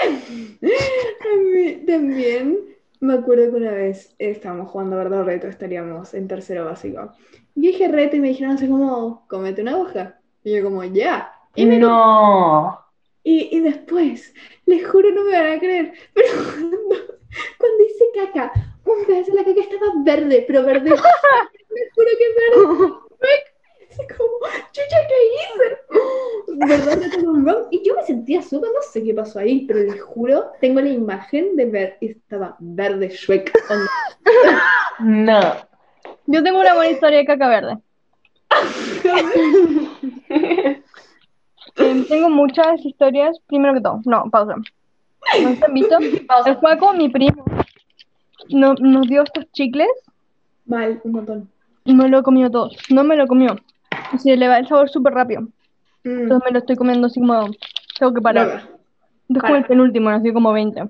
S2: A mí también me acuerdo que una vez estábamos jugando verdad o reto, estaríamos en tercero básico. Y dije reto y me dijeron así como, comete una hoja. Y yo como, ya. Y, me-
S6: No.
S2: y, y después, les juro no me van a creer, pero cuando, cuando hice caca, un pedazo de la caca estaba verde, pero verde. les juro que verde. Así como, chucha, ¿qué hice? ¿Verdad? reto con Rob. Y yo me sentía súper, no sé qué pasó ahí, pero les juro, tengo la imagen de ver, estaba verde Shrek. Onda,
S6: No.
S3: Yo tengo una buena historia de caca verde. Eh, tengo muchas historias, primero que todo, no, pausa. ¿No se han visto? El Juaco, mi primo, no- nos dio estos chicles
S2: Mal, un montón.
S3: y me lo comió todo. No me lo comió. Se le va el sabor súper rápido.
S2: Mm,
S3: Entonces me lo estoy comiendo así como, tengo que parar.
S2: droga,
S3: Después
S2: para.
S3: el penúltimo, nos dio como 20.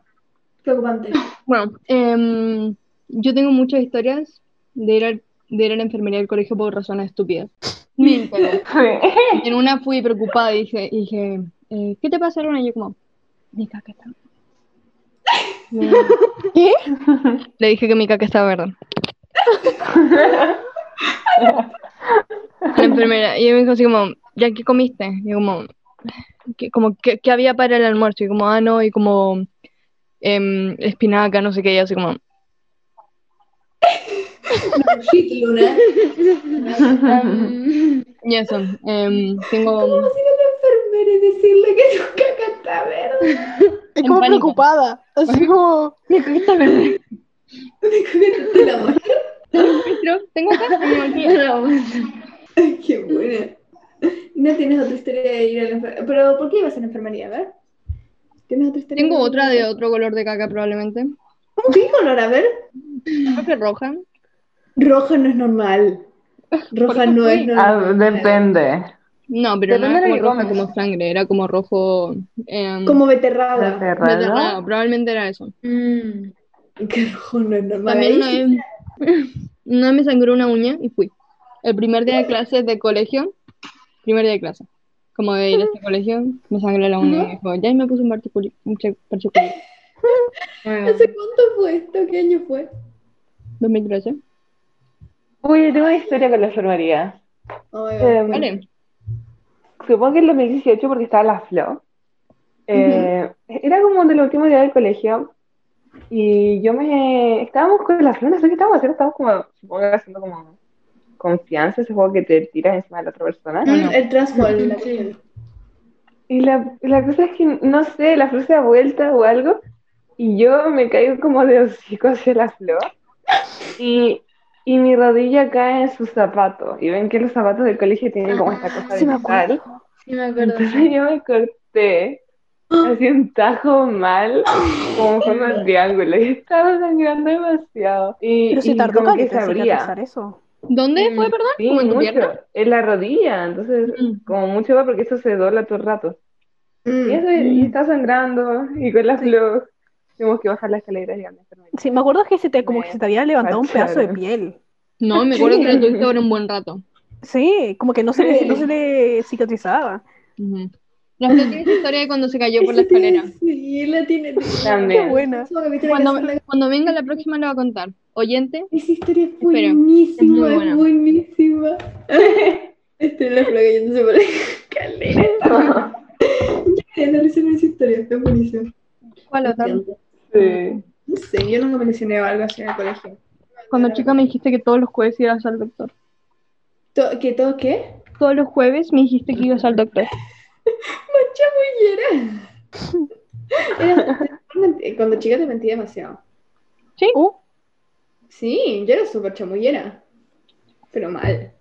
S2: Preocupante.
S3: Bueno, em, yo tengo muchas historias de ir, al- de ir a la enfermería del colegio por razones estúpidas. Mil, pero en una fui preocupada y dije, y dije eh, ¿qué te pasa, Luna? Y yo como, mi caca está verde.
S5: ¿Qué?
S3: Le dije que mi caca estaba verde. La enfermera, y ella me dijo así como, ¿ya qué comiste? Y yo como, ¿qué, como, ¿qué, qué había para el almuerzo? Y como, ah, no, y como, em, espinaca, no sé qué, y así como,
S2: Shit, Luna.
S4: Um,
S3: Y eso, em, tengo...
S2: Vamos a ir a la enfermera y decirle que su caca está verde.
S5: Es
S3: En
S5: como
S3: pánico.
S5: preocupada. Así como.
S2: Me comí la mujer.
S3: Tengo acá, tengo aquí.
S4: no,
S2: Ay, Qué buena. No tienes otra historia de ir a la enfermería. Pero, ¿por qué ibas a la enfermería? A ver. ¿Tienes otra historia?
S3: Tengo otra de otro color de caca probablemente.
S2: ¿Qué color? A ver.
S3: Creo que roja.
S2: Roja no es normal. Roja no es
S6: Ah,
S2: normal.
S6: depende.
S3: No, pero no
S6: Depende
S3: era
S6: de lo que
S3: como rojo,
S6: comes.
S3: como sangre, era como rojo. em,
S2: Como
S6: La
S2: beterraba.
S6: cerrada.
S3: beterraba, probablemente era eso.
S2: Mm. Qué rojo no es normal.
S3: También una
S2: Ahí
S3: vez, una vez me sangró una uña y fui. El primer día de clases de colegio, primer día de clase, como de ir hasta colegio, me sangró la uña y dijo, ya y me puse un particuli- un che- particular.
S2: ¿Hace cuánto fue esto? ¿Qué año fue?
S3: 2013.
S6: Uy, yo tengo una historia con la enfermería.
S2: Oh, my God.
S6: Eh,
S2: Bueno,
S3: Vale.
S6: Supongo que el 2018 porque estaba la Flo. Eh, Era como del último día del colegio y yo me... Estábamos con la Flo, no sé qué estábamos haciendo, estábamos como, supongo que haciendo como confianza, ese juego que te tiras encima de la otra persona.
S2: Mm, El transbol. la cuestión.
S6: Y la, la cosa es que, no sé, la flor se da vuelta o algo, y yo me caigo como de hocico hacia la flor, y, y mi rodilla cae en su zapato. Y ven que los zapatos del colegio tienen como esta
S5: Ah,
S6: cosa de metal.
S4: Sí, me acuerdo.
S6: Entonces yo me corté, así un tajo mal, como en forma de triángulo, y estaba sangrando demasiado. Y,
S5: Pero si
S6: y
S5: tardó
S6: como que
S5: caleta
S6: se
S5: en
S6: abría.
S5: cicatrizar eso.
S3: ¿Dónde fue,
S4: Mm,
S3: perdón?
S6: Sí,
S3: ¿Como en tu
S6: mucho,
S3: pierna?
S6: en la rodilla, entonces
S3: Mm.
S6: como mucho va porque eso se dobla todo el rato. Y,
S2: Mm.
S6: eso, y está sangrando, y con la flor. Tenemos que bajar la escalera y ir a la enfermería.
S5: Sí, me acuerdo que se te, como
S6: Me
S5: que se te había levantado un pedazo de
S6: parcharon.
S5: piel.
S3: No, me acuerdo que la tuviste ahora un buen rato.
S5: Sí, como que no se le, no se le cicatrizaba.
S3: Ujú. La Flo tiene esa historia de cuando se cayó por la
S2: Eso tiene-
S3: escalera.
S2: Sí, la tiene.
S5: Qué
S6: También.
S5: buena.
S2: Eso que tiene que
S3: Cuando,
S2: hacer la-
S3: cuando venga la próxima la va a contar. Oyente,
S2: Esa historia es
S3: Espera, es
S2: buenísima,
S3: muy
S2: es,
S3: buena.
S2: buenísima. Estoy en la plaga yéndose por la escalera. Es la risa de esa historia, es buenísima.
S3: ¿cuál otra?
S6: Sí.
S2: No sé, yo nunca mencioné algo así en el colegio.
S3: Cuando chica me dijiste que todos los jueves ibas al doctor.
S2: To- ¿Que todo qué?
S3: Todos los jueves me dijiste que ibas al doctor.
S2: ¡Machamullera! Era- Cuando chica te mentí demasiado.
S3: Sí.
S5: Uh,
S2: Sí, yo era súper chamullera. Pero mal.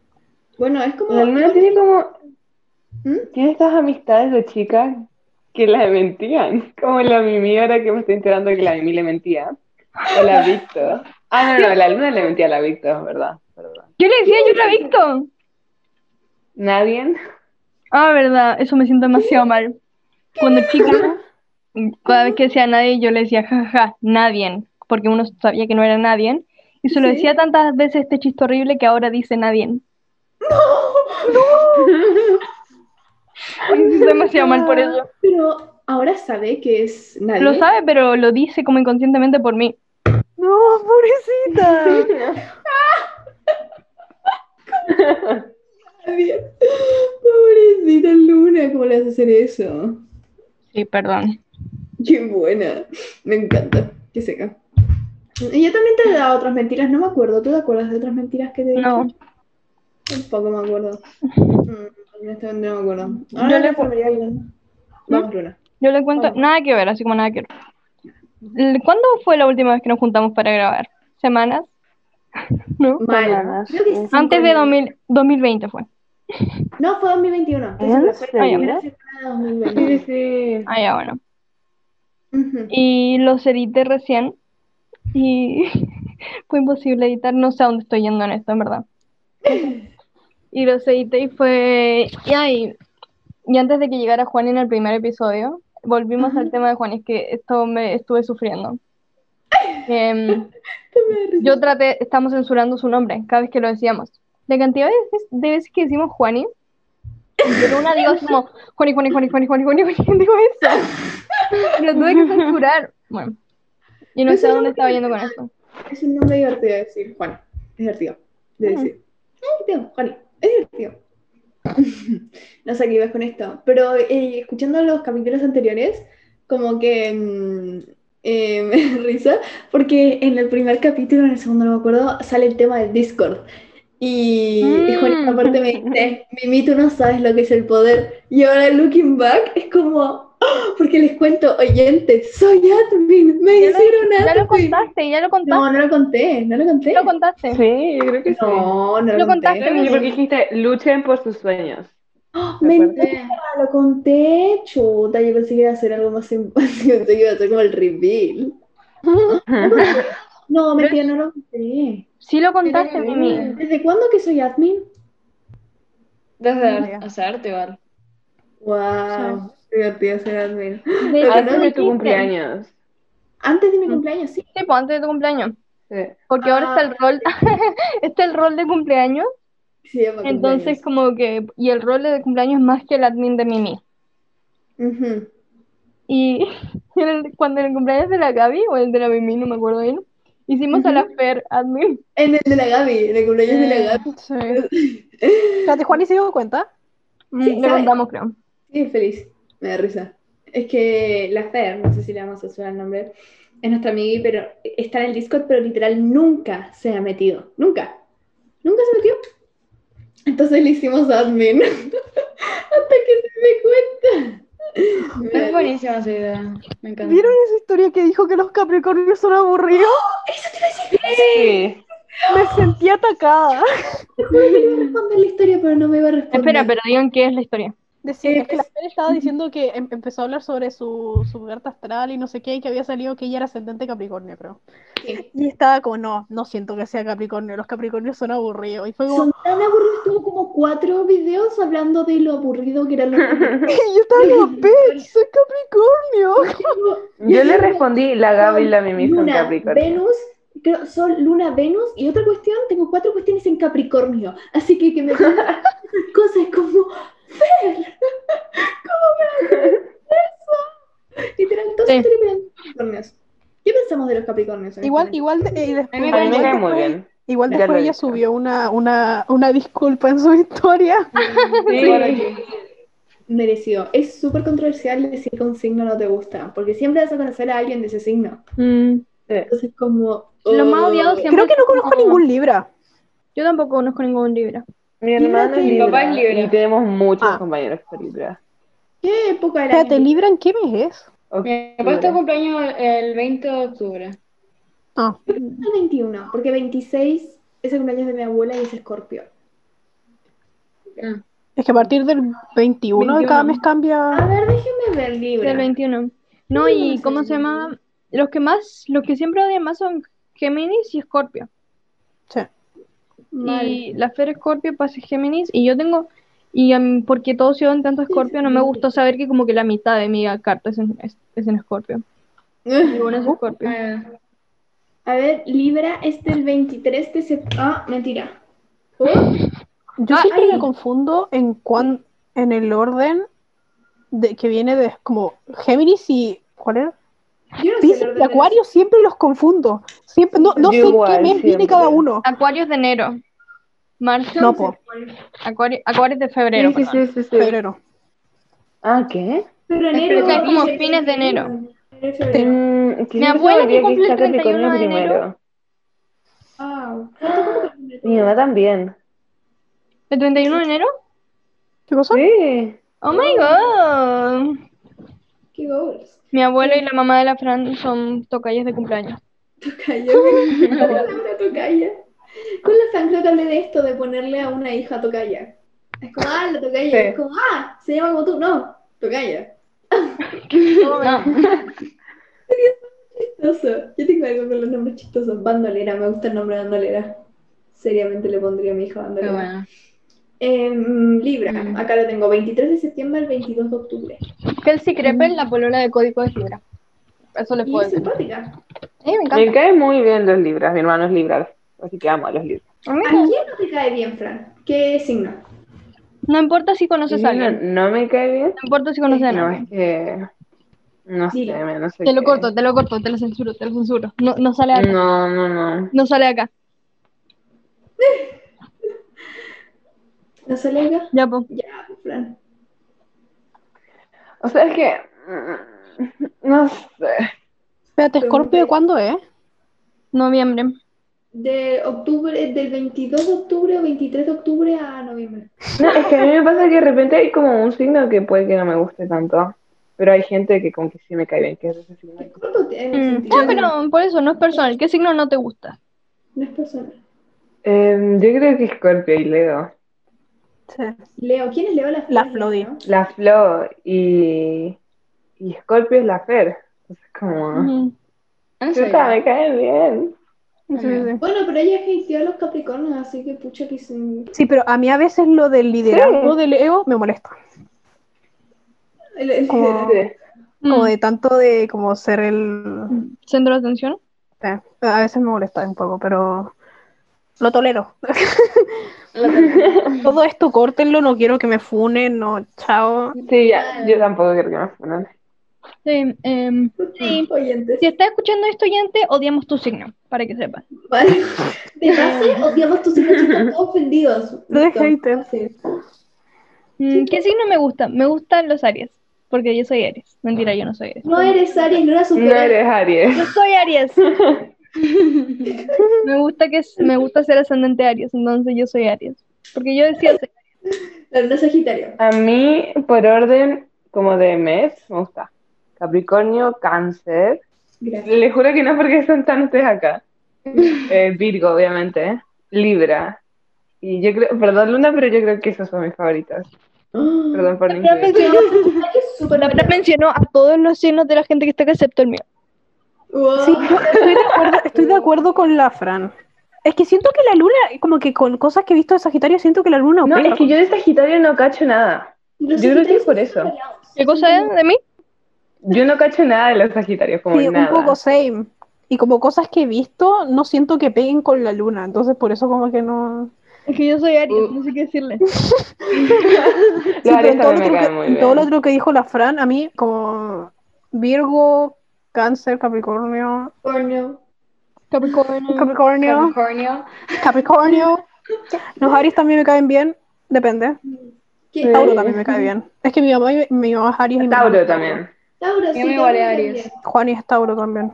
S2: Bueno, es como.
S6: Y Alguna tiene como.
S2: ¿Mm?
S6: Tiene estas amistades de chicas que las mentían. Como la Mimi, ahora que me estoy enterando que la Mimi le mentía. O la Víctor. Ah, no, no, la Luna le mentía a la Víctor, ¿verdad? ¿verdad?
S3: ¿Qué le decía yo a Víctor?
S6: Nadie.
S3: Ah, verdad, eso me siento demasiado mal. Cuando chica, cada vez que decía nadie, yo le decía jajaja, nadie, porque uno sabía que no era nadie. Y se lo
S2: Sí.
S3: decía tantas veces este chiste horrible que ahora dice nadie. ¡No! ¡No! demasiado mal por eso.
S2: Pero ahora sabe que es nadie.
S3: Lo sabe, pero lo dice como inconscientemente por mí.
S5: no, pobrecita.
S2: Nadie. Pobrecita Luna, ¿cómo le vas a hacer eso?
S3: Sí, perdón.
S2: Qué buena. Me encanta. Qué seca. Y yo también te he dado otras mentiras, no me acuerdo. ¿Tú te acuerdas de otras mentiras que te he
S3: No.
S2: dicho? Tampoco me acuerdo. Mm, honestamente no me acuerdo.
S3: Yo
S2: Ahora
S3: le
S2: la familia Luna. Vamos, Luna.
S3: Yo le cuento,
S2: Vamos.
S3: nada que ver, así como nada que ver. L- ¿Cuándo fue la última vez que nos juntamos para grabar? ¿Semanas? ¿No?
S2: Mal. Creo que cinco
S3: Antes de
S2: años.
S3: 2000 2020 fue.
S2: No, fue 2021.
S6: ¿En
S2: Eso fue la
S6: serio?
S2: primera semana de 2020.
S6: Sí, sí.
S3: Ah, ya, bueno.
S2: Ujú.
S3: Y los edité recién y fue imposible editar. No sé a dónde estoy yendo en esto, en verdad. Y los edité y fue... Y, ay, y antes de que llegara Juan en el primer episodio, volvimos al tema de Juan y es que esto me estuve sufriendo. Em, yo traté, estamos censurando su nombre cada vez que lo decíamos. La cantidad de veces, de veces que decimos Juani, pero una digo así como Juani, Juani, Juani, Juani, Juani, Juani, Juani, digo eso. Lo tuve que censurar. Bueno, y no
S2: Eso
S3: sé a
S2: no
S3: dónde
S2: me
S3: estaba
S2: parece
S3: yendo con esto.
S2: Es un nombre divertido de decir, Juan. Es divertido de decir. Es divertido, Juan. Es divertido. no sé a qué ibas con esto, pero eh, escuchando los capítulos anteriores, como que mm, eh, me risa, porque en el primer capítulo, en el segundo no me acuerdo, sale el tema del Discord. Y, y Juan
S3: Mm.
S2: aparte me dice, Mimi, tú no sabes lo que es el poder. Y ahora, looking back, es como, ¡ah! Porque les cuento, oyente, soy admin, me
S3: Ya lo-
S2: hicieron
S3: Ya lo
S2: admin.
S3: contaste, ya lo contaste.
S2: No, no lo conté, no lo conté.
S3: Ya lo contaste.
S6: Pues, Sí, yo creo que sí.
S2: No, no lo,
S3: Lo
S2: conté.
S3: contaste.
S6: Yo porque dijiste, luchen por sus sueños.
S2: ¡Oh,
S6: ¿Te acuerdas?
S2: mentira, lo conté. Chuta, yo pensé que iba a hacer algo más simpático, pensé que iba a hacer como el reveal. No, mentira, no lo conté.
S3: Sí lo contaste,
S4: Pero-
S3: Mimi.
S2: ¿Desde cuándo que soy admin?
S4: Desde
S5: Ni
S4: ar-
S5: idea.
S4: hace arte igual.
S2: Wow, divertido ser admin.
S3: De-
S2: Pero
S6: Antes
S2: no
S6: de
S3: dijiste.
S6: tu cumpleaños.
S2: Antes
S3: Mm.
S2: de mi cumpleaños, sí.
S3: Sí, pues antes de tu cumpleaños.
S6: Sí.
S3: Porque ahora está
S6: Ah.
S3: el rol, está el rol de cumpleaños.
S2: Sí, ya me cumpleaños.
S3: Entonces, como que, y el rol de cumpleaños es más que el admin de Mimi.
S2: Ujú.
S3: Y en el- cuando en el cumpleaños de la Gaby, o el de la Mimi, no me acuerdo bien, hicimos a la Fer admin.
S2: En el de la Gaby, en el cumpleaños de
S3: Eh,
S2: la Gaby.
S5: Sí. Espérate, Juani se dio cuenta.
S3: Mm, Lo
S2: ¿sabes?
S3: contamos, creo.
S2: Sí, feliz, me da risa. Es que la Fer, no sé si le vamos a usar el nombre, es nuestra amiga, y pero está en el Discord, pero literal nunca se ha metido. Nunca. Nunca se metió. Entonces le hicimos admin. Hasta que se me cuenta. Me da
S4: Es
S2: risa.
S4: buenísima esa idea. Me encanta.
S5: ¿Vieron esa historia que dijo que los Capricornios son aburridos?
S6: Sí.
S5: Me sentí atacada.
S2: Te juro que le iba a responder la historia, pero no me iba a responder.
S3: Espera, pero digan qué es la historia.
S5: Decía
S2: Eh,
S5: es que la Fer estaba diciendo que em- empezó a hablar sobre su, su carta astral y no sé qué, y que había salido que ella era ascendente Capricornio, creo.
S2: Sí.
S5: Y estaba como, no, no siento que sea Capricornio, los Capricornios son aburridos. Y fue como,
S2: Son tan aburridos, tuvo como cuatro videos hablando de lo aburrido que eran los
S5: y yo estaba como, bitch, soy Capricornio.
S6: Yo le respondí, la Gaby y la Mimi son
S2: Luna,
S6: Capricornio.
S2: Venus, creo, Sol, Luna, Venus y otra cuestión, tengo cuatro cuestiones en Capricornio, así que que me pongan esas cosas como Fer, ¿cómo me haces eso? Literal, todos
S3: Sí.
S2: estoy esperando Capricornios. ¿Qué pensamos de los Capricornios? este
S5: Igual, igual, de- y
S4: A mí
S5: después,
S6: A mí
S4: me
S6: me
S5: igual
S6: cae muy
S5: después-
S6: bien.
S5: igual
S6: Ya
S5: después
S6: lo he
S5: ella
S6: dicho.
S5: subió una, una, una disculpa en su historia.
S6: Sí.
S2: merecido. Es súper controversial decir que un signo no te gusta, porque siempre vas a conocer a alguien de ese signo.
S6: Mm.
S2: Entonces como...
S3: Lo más
S2: oh,
S3: odiado siempre.
S5: Creo que no conozco
S3: como-
S5: ningún Libra.
S3: Yo tampoco conozco ningún libro.
S6: Mi hermano es
S4: Mi
S6: Libra,
S4: papá es Libra.
S6: y tenemos muchos
S5: Ah.
S6: compañeros por Libra.
S2: ¿Qué época del
S5: Espérate,
S2: año?
S5: ¿Libra en qué mes es?
S4: Mi papá está de cumpleaños el 20 de octubre.
S5: Ah,
S2: El 21, porque 26 es el cumpleaños de mi abuela y es escorpio.
S5: es que a partir del 21 de cada
S4: 21.
S5: mes cambia.
S6: Ah.
S2: A ver, déjenme ver Libra.
S3: Del 21. No, y ¿cómo se llama? Los que más, los que siempre odian más son Géminis y Escorpio.
S5: Sí.
S3: Y la Fer Escorpio pasa Géminis y yo tengo, y a mí- porque todos se odian tanto a Escorpio, no me gustó saber que como que la mitad de mi carta es en, es, es en Escorpio. Uh. Y bueno, es Escorpio.
S4: Ah,
S2: A ver, Libra es del 23 de septiembre. Ah, mentira. Ah,
S5: Yo siempre me confundo en cuán, en el orden de, que viene de como Géminis y ¿cuál era?
S2: Yo no sé el
S5: Piscis
S2: orden
S5: y
S2: de
S5: Acuario siempre los confundo. Siempre, no, no
S6: Yo
S5: sé en
S6: igual,
S5: qué mes viene
S6: siempre.
S5: cada uno.
S2: Ah,
S3: Acuarios de enero. Marzo.
S5: No, po,
S3: Acuario- Acuarios de febrero.
S6: Sí,
S3: perdón.
S6: sí, sí, sí.
S5: febrero.
S6: Ah, ¿qué?
S2: Pero
S3: Creo
S2: enero.
S3: que es como fines de enero.
S2: Enero, febrero.
S6: Mm, quizás
S3: Mi abuela
S6: debería
S3: que cumple el
S6: estar
S3: 31 de
S6: Capricornio
S3: enero.
S2: Wow.
S6: primero. Mi mamá también.
S3: ¿El 31 de enero?
S5: ¿Qué cosa?
S6: Sí.
S3: Oh my god.
S2: Qué goals.
S3: Mi abuelo y la mamá de la Fran son tocalles de cumpleaños.
S2: Tocaya. güey. Una tocaya. Con la fan creo que hablé de esto, de ponerle a una hija tocaya. Es como, ah, la tocaya.
S6: Sí.
S2: Es como, ah, se llama como tú. No, tocaya. Chistoso. Yo tengo algo con los nombres chistosos. Bandolera, me gusta el nombre bandolera. Seriamente le pondría a mi hija
S4: qué
S2: bandolera.
S3: Ah,
S4: bueno.
S2: Em, Libra,
S4: Mm.
S2: acá lo tengo, 23 de septiembre al 22 de octubre.
S3: Kelsey Crepel, la polola de código de fibra. Eso les
S2: Y
S3: puedo
S2: es
S3: decir.
S2: simpática.
S3: Sí, me
S6: Me
S3: encanta.
S6: caen muy bien los Libras. Mi hermano es Libra, así que amo a los Libras.
S3: A mí
S2: ¿A
S3: me-
S2: quién no te cae bien, Fran? ¿Qué signo?
S3: No importa si conoces a
S6: no,
S3: alguien.
S6: no me cae bien.
S3: No importa si conoces a
S6: No,
S3: alguien.
S6: es que. No sé,
S2: Dilo.
S6: me- no sé.
S3: Te lo
S6: qué.
S3: corto, te lo corto, te lo censuro, te lo censuro. No, no sale acá.
S6: No, no, no.
S3: No sale acá.
S2: ¿No se alega?
S3: Ya, pues.
S2: Ya, Fran.
S6: O sea, es que. mm, No sé.
S5: Espérate, Scorpio,
S2: Pregunté.
S5: ¿de cuándo es?
S3: Noviembre.
S2: De octubre, del 22 de octubre o 23 de octubre a noviembre.
S6: No, es que a mí me pasa que de repente hay como un signo que puede que no me guste tanto. Pero hay gente que como que sí me cae bien, que es de ese signo.
S2: ¿Cuánto tiene
S3: Mm.
S2: sentido?
S3: Ah, pero por eso no es personal. ¿Qué signo no te gusta?
S2: No es personal.
S6: Em, yo creo que Scorpio y Leo.
S5: Sí.
S2: Leo, ¿quién es Leo? La,
S5: La Flodi.
S2: ¿no?
S6: La Flo y, y Scorpio es la Fer. Entonces como...
S3: Ujú.
S4: No sé.
S6: Chuta, me caen bien.
S5: Sí, sí, sí.
S2: Bueno, pero ella hateó a los Capricornios, así que pucha que sin...
S5: Sí, pero a mí a veces lo del liderazgo
S6: Sí.
S5: del ego me molesta.
S2: el- el-
S3: Oh.
S5: Como,
S6: Sí.
S2: Mm.
S5: como de tanto de como ser el...
S3: Mm. ¿Centro de atención?
S5: eh, a veces me molesta un poco, pero lo tolero. Todo esto córtenlo, no quiero que me funen, no, chao.
S6: Sí, ya, yo tampoco creo que me funan.
S3: Sí. em, sí.
S2: Oyentes.
S3: Si estás escuchando esto, oyente, odiamos tu signo, para que sepas.
S2: Vale. De base, odiamos tus hijos, están todos ofendidos.
S5: No es
S2: Listo.
S5: hater.
S2: Sí.
S3: Mm, ¿Qué signo me gusta? Me gustan los Aries, porque yo soy Aries. Mentira, yo no soy Aries.
S2: No eres Aries, no eres
S6: No eres Aries.
S3: Yo soy Aries. me gusta que me gusta ser ascendente Aries, entonces yo soy Aries. Porque yo decía,
S2: Pero no es Sagitario.
S6: A mí, por orden como de mes, me gusta. Capricornio, Cáncer.
S2: Gracias.
S6: Le juro que no porque son tan ustedes acá. Eh, Virgo, obviamente. Libra. Y yo creo, perdón Luna, pero yo creo que esos son mis favoritos. Perdón por
S3: la
S6: incluir.
S3: mencionó,
S2: Sagitario es súper
S3: la verdad mencionó a todos los signos de la gente que está acá, excepto el mío.
S2: Wow.
S5: Sí, yo estoy de acuerdo, estoy
S6: Eh.
S5: de acuerdo con la Fran. Es que siento que la luna, como que con cosas que he visto de Sagitario, siento que la luna
S6: No,
S5: opera.
S6: es que yo de Sagitario no cacho nada.
S2: Los
S6: Yo creo que
S2: Sagitarios
S6: es por
S2: son
S6: eso.
S2: súper aliados.
S3: ¿Qué cosa es de mí?
S6: Yo no cacho nada de los Sagitarios, como
S5: Sí, un
S6: nada.
S5: poco same. Y como cosas que he visto, no siento que peguen con la luna. Entonces, por eso, como que no.
S3: Es que yo soy Aries,
S6: Uh.
S3: no sé qué decirle.
S6: Los
S5: Sí, pero
S6: Aries
S5: en todo, lo
S6: también me
S5: otro
S6: caen muy
S5: que, en todo lo
S6: bien.
S5: otro que dijo la Fran, a mí, como Virgo, Cáncer, Capricornio,
S2: Capricornio.
S3: Capricornio.
S5: Capricornio,
S4: Capricornio.
S5: Capricornio. Los Aries también me caen bien, depende.
S2: ¿Qué?
S6: Sí.
S5: Tauro también me cae bien. Es que mi mamá, y- mi mamá es Aries y mi mamá
S6: Tauro
S5: es
S6: también.
S2: Tauro, sí.
S4: Yo
S2: Tauro
S4: me igualé a
S2: también.
S4: Aries.
S5: Juan y es Tauro también.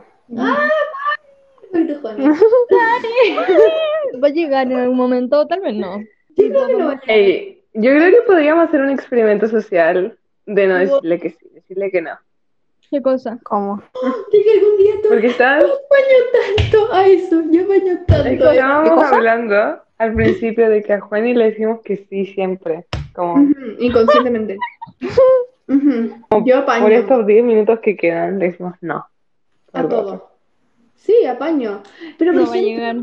S2: Pero, Juan,
S3: Va a llegar en algún momento, o tal vez no.
S2: yo creo que no va a llegar.
S6: Ey, yo creo que podríamos hacer un experimento social de no
S2: No.
S6: decirle que sí, decirle que no.
S3: ¿Qué cosa?
S5: ¿Cómo?
S2: Yo que algún día todo
S6: Porque están
S2: baño tanto a eso, yo baño tanto a eso.
S6: Estábamos
S5: cosa?
S6: hablando al principio de que a Juani le decimos que sí siempre. Como
S2: Ujú, Inconscientemente. Ujú, Yo apaño.
S6: por estos 10 minutos que quedan le decimos no.
S2: A
S6: Por
S2: todo. Sí, apaño. Pero por
S3: No va a
S2: ejemplo,
S3: llegar.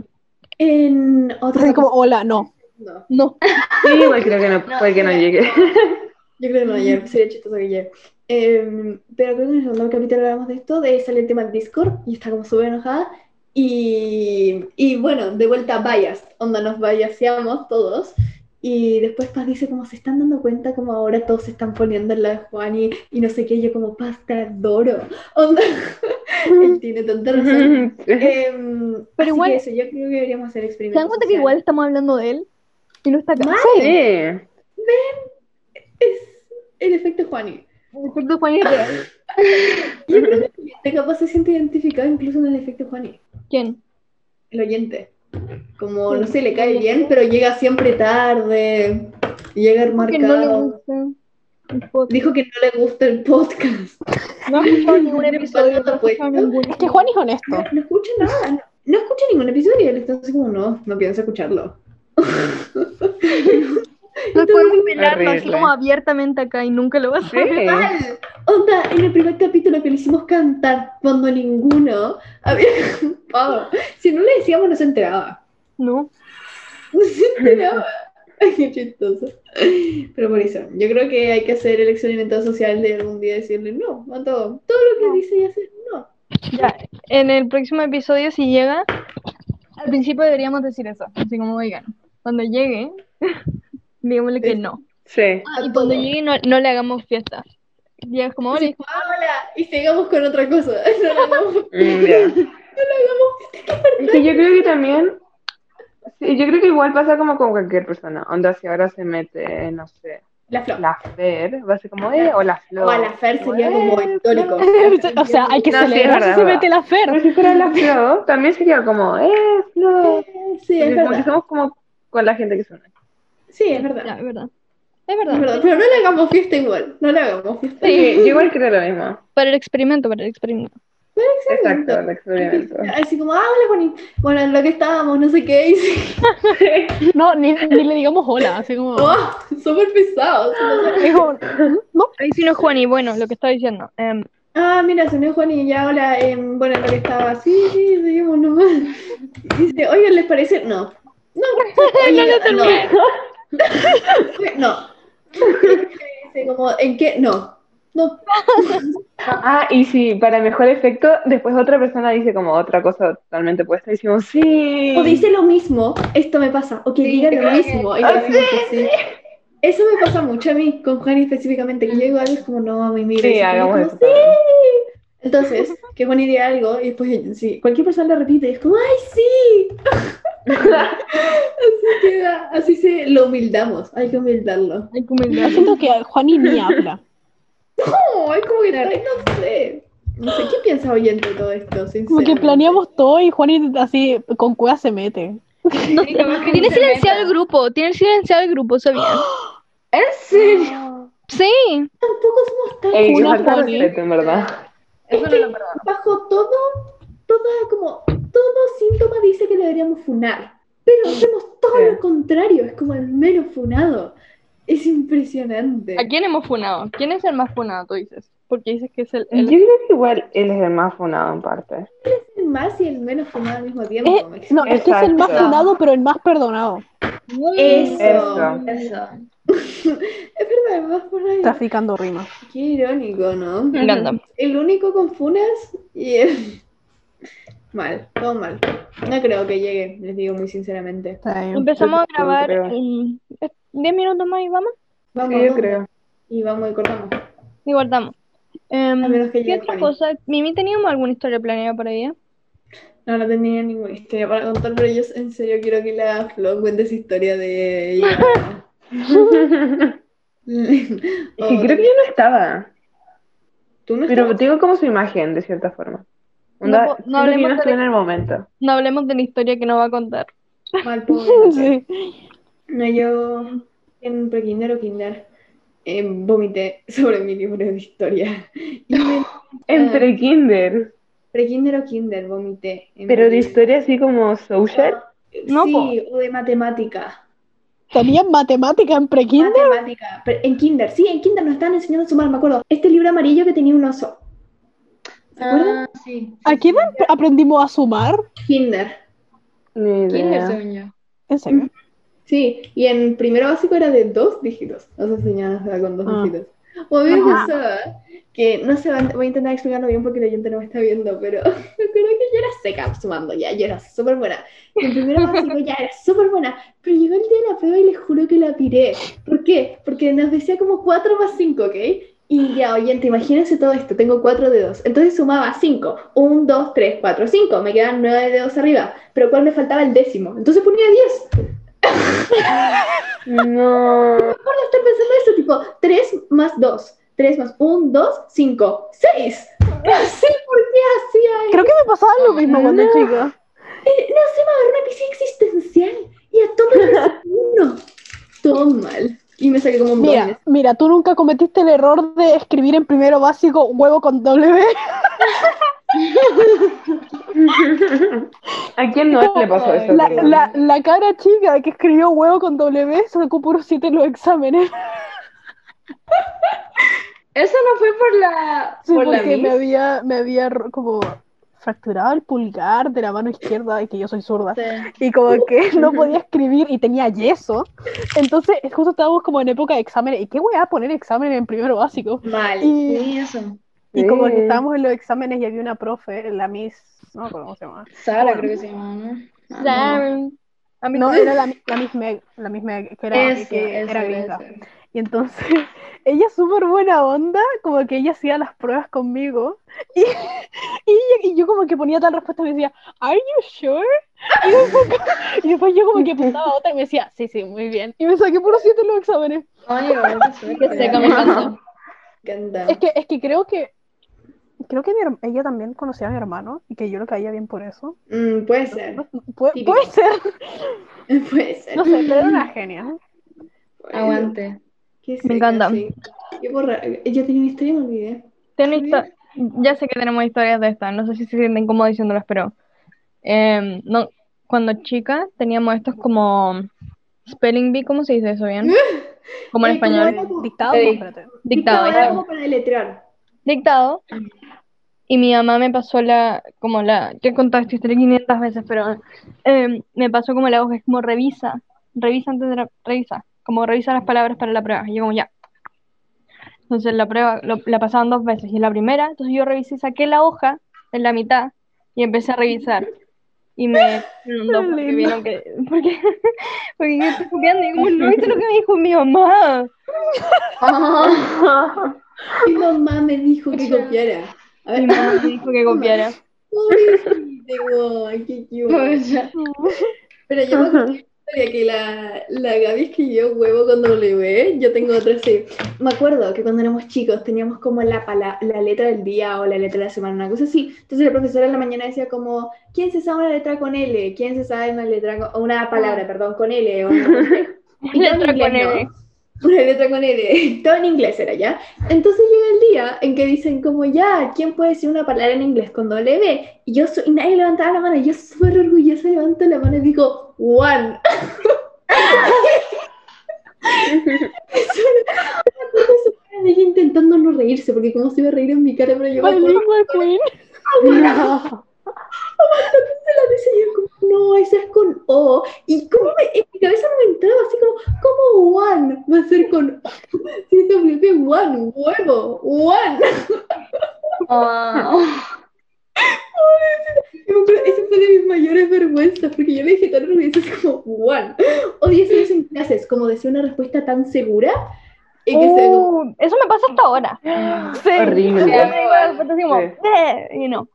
S2: en otra
S5: Así como, hola, no.
S2: no.
S3: No.
S6: dos. Sí, igual creo que no, puede que no llegue.
S2: Yo creo que no ayer, sería chistoso que ayer. Eh, pero creo que en el segundo capítulo hablamos de esto, de sale el tema del Discord y está como súper enojada. Y, y bueno, de vuelta bias, onda nos biaseamos todos. Y después Paz dice como se están dando cuenta como ahora todos se están poniendo en la de Juan y, y no sé qué, yo como Paz te adoro. Onda, él tiene tanta razón. Em, así
S3: igual-
S2: que eso, yo creo que deberíamos hacer
S3: ¿Se
S2: experimentos.
S3: dan cuenta que igual
S2: sociales.
S3: estamos hablando de él? Y no está acá.
S6: Sí.
S2: Es el efecto Juani.
S3: El efecto Juan es real.
S2: Yo creo que el oyente capaz se siente identificado incluso en el efecto Juani,
S3: ¿Quién?
S2: el oyente. Como, no sé, le cae bien, pero llega siempre tarde, llega
S3: Que no le
S2: marcado.
S3: gusta. el podcast.
S2: Dijo que no le gusta el podcast.
S3: No ha escuchado ningún
S2: Ningún
S3: episodio.
S2: episodio,
S3: No ha escuchado
S2: pues.
S3: ningún.
S5: Es que Juan es honesto.
S2: No escucha nada, no, no escucha ningún episodio. Él está así como, no, no pienso escucharlo.
S3: No podemos pelarlo así
S6: Horrible.
S3: como abiertamente acá y nunca lo vas a hacer.
S6: Sí.
S2: Mal. Eh, Onda, en el primer capítulo que le hicimos cantar cuando ninguno había cantado. Si no le decíamos, no se enteraba.
S3: No.
S2: No se enteraba. Ay, qué chistoso. Pero por eso, yo creo que hay que hacer el experimento social de algún día decirle no a todo. Todo lo que dice y hace, no.
S3: Ya, en el próximo episodio, si llega, al principio deberíamos decir eso. Así como, oigan, cuando llegue, digámosle que no.
S6: Sí.
S3: Ah, y cuando llegue, no, no le hagamos fiesta. Ya es como, "Hola,
S2: Ah, Hola, y sigamos con otra cosa. No lo hagamos.
S6: Mm, ya. Es que yo creo que también. Sí, yo creo que igual pasa como con cualquier persona. Onda, si ahora se mete, no sé,
S2: La flor.
S6: la Fer, va a ser como, eh, o la Flor.
S2: O a la Fer sería como
S6: Eh,
S2: histórico.
S5: o sea, hay que
S6: No, sí, es
S5: celebrar
S6: verdad,
S5: si se
S6: es verdad.
S5: mete la
S6: Pero
S5: Fer.
S6: si fuera la Flor, también sería como, eh, Flor.
S2: Sí, es
S6: Porque como que
S2: verdad.
S6: somos como con la gente que suena.
S2: Sí, es verdad.
S3: Ya, es verdad. Es
S2: Es
S3: verdad.
S2: verdad, pero no le hagamos fiesta igual, no le hagamos fiesta.
S6: Sí, yo igual creo lo mismo.
S3: Para el experimento, para el experimento.
S6: Exacto, el experimento.
S2: Así como, ah, hola, Juanín. Bueno, en lo que estábamos, no sé qué. Y sí,
S5: No, ni, ni le digamos hola, así como...
S2: oh, súper pesado.
S5: Dijo,
S3: Ahí sí no, Juan, y bueno, lo que estaba diciendo. em,
S2: Ah, mira, se unió Juanín y ya, hola, em, bueno, en lo que estaba. Sí, sí, seguimos nomás. Dice, oigan, ¿les parece? No. No, oye, no, no. Dice como, ¿en qué? No. No.
S6: Ah, y si para mejor efecto, después otra persona dice como otra cosa totalmente opuesta y decimos sí.
S2: O dice lo mismo, esto me pasa. O que
S4: Sí,
S2: diga lo
S4: creo que-
S2: mismo. y
S6: Ah,
S2: lo hacemos que sí. Eso me pasa mucho a mí, con Juan específicamente, que yo digo algo y es como, no, a mí mira.
S6: Sí,
S2: y Juan es
S6: hagamos
S2: como,
S6: eso
S2: "Sí".
S6: también.
S2: Entonces, que Juan diga algo y después, sí, cualquier persona lo repite y es como, ¡ay, sí! así queda, así se lo humildamos, hay que humildarlo.
S3: hay como
S5: yo
S3: el-
S5: siento que Juani ni habla.
S2: No, es como que está, ahí, no sé. No sé, ¿qué piensa oyente de todo esto?
S5: Como que
S2: sinceramente?
S5: planeamos todo y Juani así con cueva se mete.
S3: No
S4: Sí, como que
S3: Tiene
S4: ni se
S3: silenciado
S4: meta.
S3: el grupo, tiene silenciado el grupo, ¿sabían?
S4: ¿En serio?
S3: Sí,
S2: Tampoco somos tan
S6: Ey,
S5: Una
S6: falta
S5: Juani.
S6: respeto, en verdad.
S2: Es que bajo todo, toda como todo síntoma dice que lo deberíamos funar, pero hacemos todo
S6: Sí.
S2: lo contrario, es como el mero funado. Es impresionante.
S3: ¿a quién hemos funado? ¿Quién es el más funado, tú dices? Porque dices que es el...
S6: Yo
S3: el-
S6: creo que igual él es el más funado en parte.
S2: El más y el menos funado al mismo tiempo.
S5: Eh,
S2: me explico.
S5: No, es que es el más
S6: Exacto.
S5: fundado, pero el más perdonado.
S2: Eso.
S6: Eso.
S5: Ah.
S4: Eso.
S2: Es verdad, el más funado.
S5: Traficando rimas.
S2: Qué irónico, ¿no?
S3: Me encanta.
S2: El único con funas y el... Mal, todo mal. No creo que llegue, les digo muy sinceramente.
S3: Em, Empezamos a
S6: Yo creo.
S3: grabar en 10 minutos más y vamos
S2: Vamos,
S6: Sí, yo
S2: vamos.
S6: creo.
S2: Y vamos y cortamos.
S3: y guardamos. Em,
S2: A menos que
S3: ¿Qué
S2: llegue
S3: otra
S2: Juani.
S3: cosa? Mimi, ¿teníamos alguna historia planeada para ella?
S2: No, no tenía ninguna historia para contar, pero yo en serio quiero que la Flo cuente esa historia de ella.
S6: Es que creo que yo no estaba,
S2: tú no
S6: pero
S2: estabas?
S6: tengo como su imagen, de cierta forma. Onda,
S3: No po- no
S6: siento que yo
S3: hablemos
S6: no
S3: de- Eh.
S6: estuve en el momento.
S3: No hablemos de la historia que nos va a contar.
S2: mal pobre.
S5: Sí.
S2: No, yo en prekinder o kinder eh, vomité sobre mi libro de historia. Y en
S6: Entre kinder,
S2: prekinder o kinder vomité. en
S6: pero
S2: mi
S6: de
S2: libro.
S6: historia así como social.
S3: No,
S2: Sí, o de matemática.
S5: ¿Tenían matemática en prekinder?
S2: Matemática. Pero en kinder, sí, en kinder nos estaban enseñando a sumar, me acuerdo. Este libro amarillo que tenía un oso. ¿Se acuerdan?
S4: Ah, sí.
S5: ¿A qué edad aprendimos a sumar?
S2: Kinder.
S6: Ni
S4: Kinder,
S6: idea.
S4: según yo.
S5: ¿En serio?
S2: Sí, y en primero básico era de dos dígitos. Nos enseñaban a jugar con dos
S5: Ah.
S2: dígitos. O a mí me pasaba que, no sé, voy a intentar explicarlo bien porque la gente no me está viendo, pero me acuerdo que yo era seca sumando ya, yo era súper buena. Y en primero básico ya era súper buena, pero llegó el día de la prueba y les juro que la piré. ¿Por qué? Porque nos decía como 4 más 5, ¿ok? Y ya, oyente, imagínense todo esto, tengo 4 dedos. Entonces sumaba 5, 1, 2, 3, 4, 5, me quedan 9 dedos arriba, pero ¿cuál me faltaba el décimo? Entonces ponía 10.
S6: No.
S2: estoy pensando esto, tipo, 3 más 2, 3 más 1, 2, 5, 6. No sé por qué hacía eso.
S5: Creo que me pasaba lo mismo cuando
S6: No.
S5: chica.
S2: Eh, No sé, me agarró una crisis existencial y a todos les saqué uno. Todo mal. Y me saqué como un doble.
S5: Mira, mira, tú nunca cometiste el error de escribir en primero básico huevo con W.
S6: ¿A quién no le pasó eso?
S5: La,
S6: perdón?
S5: la, la cara chica que escribió huevo con W sacó puro 7 en los exámenes.
S4: Eso no fue por la.
S5: Sí,
S4: por la
S5: porque me
S4: Miss.
S5: había, me había ro- como fracturado el pulgar de la mano izquierda, y que yo soy zurda, y como que no podía escribir y tenía yeso. Entonces, justo estábamos como en época de exámenes, ¿y qué voy a poner exámenes en primero básico?
S2: Mal.
S5: Y,
S4: Sí, eso.
S5: y como que
S6: Sí.
S5: estábamos en los exámenes y había una profe, la Miss, no me acuerdo cómo se llama.
S4: Sara, creo que se llama, ¿no? Ah, no.
S3: A mí
S5: No, era la, la Miss Meg, la Miss Meg, que era,
S4: Eso,
S5: que
S4: eso,
S5: era gringa.
S4: eso.
S5: Y entonces, ella súper buena onda, como que ella hacía las pruebas conmigo. Y, y- y yo como que ponía tal respuesta y me decía, ¿Are you sure? Y después, y después yo como que apuntaba otra y me decía, sí, sí, muy bien. Y me saqué puro siete en los exámenes.
S4: Ay, igual, qué suerte.
S3: que seca, me encantó.
S2: Me encanta.
S5: Es que, es que creo que, creo que mi herm- ella también conocía a mi hermano y que yo lo caía bien por eso.
S2: Mm, puede ser.
S5: Pu-
S2: Típico.
S5: puede ser,
S2: Puede ser.
S5: no sé, pero era una genia.
S2: Bueno,
S4: Aguante.
S2: qué Qué
S3: Me
S2: seca,
S3: encanta.
S2: sí. Yo, borra- yo tenía una historia y me olvidé.
S3: Tengo histo- ya sé que tenemos historias de estas, no sé si se sienten como diciéndolas, pero em, no, cuando chica teníamos estos como spelling bee, ¿cómo se dice eso bien? Como en
S2: Eh, como
S3: español,
S2: era como-
S5: Dictado,
S4: Sí.
S5: no, espérate.
S3: dictado, ahí
S2: era
S3: está.
S2: como para deletrear.
S3: dictado. Y mi mamá me pasó la, como la, yo he contado esta historia 500 veces, pero em, me pasó como la hoja, es como revisa, revisa antes de la, revisa, como revisa las palabras para la prueba. Y yo como ya. Entonces la prueba lo- la pasaban dos veces y en la primera, entonces yo revisé, saqué la hoja en la mitad y empecé a revisar. Y me inundó porque
S5: lindo.
S3: vieron que, porque, porque yo estoy copiando y como, no viste lo que me dijo mi mamá.
S2: Mi mamá me dijo que copiara. A
S3: Mi
S2: ver,
S3: mamá me dijo que copiara.
S2: pobrecito, ay, qué cute. Pero yo me acuerdo de una historia que la, la Gaby escribió huevo cuando le ve, yo tengo otra así. Me acuerdo que cuando éramos chicos teníamos como la, pala- la letra del día o la letra de la semana, una cosa así. Entonces la profesora en la mañana decía como, ¿quién se sabe una letra con L? ¿Quién se sabe una letra con- una palabra, perdón, con L? O una cosa así? Y todo en
S3: Letra con
S2: inglés, ¿no?
S3: L.
S2: Una letra con L, todo en inglés era ya. Entonces llega el día en que dicen como ya, ¿quién puede decir una palabra en inglés con doble B? Y yo soy, y nadie levantaba la mano, y yo súper orgullosa levanto la mano y digo, one. Una de ella intentando no reírse, porque como se iba a reír en mi cara, pero yo me acuerdo
S5: Bilingual queen.
S2: de la risa y yo como, no, esa es con O. Y como me, en mi cabeza no me entraba, así como, ¿cómo one va a ser con O? Si se vuelve one, huevo, one.
S4: Oh.
S2: Yo me acuerdo, Esa fue de mis mayores vergüenzas, porque yo le dije tan orgullosa, así como, one. Odio hacer eso en clases, como decir una respuesta tan segura, y que sea como,
S3: Uh, eso me pasa hasta ahora. Sí.
S6: Horrible.
S3: Yo me digo de repente así como,
S6: Sí.
S3: "Bleh", y no.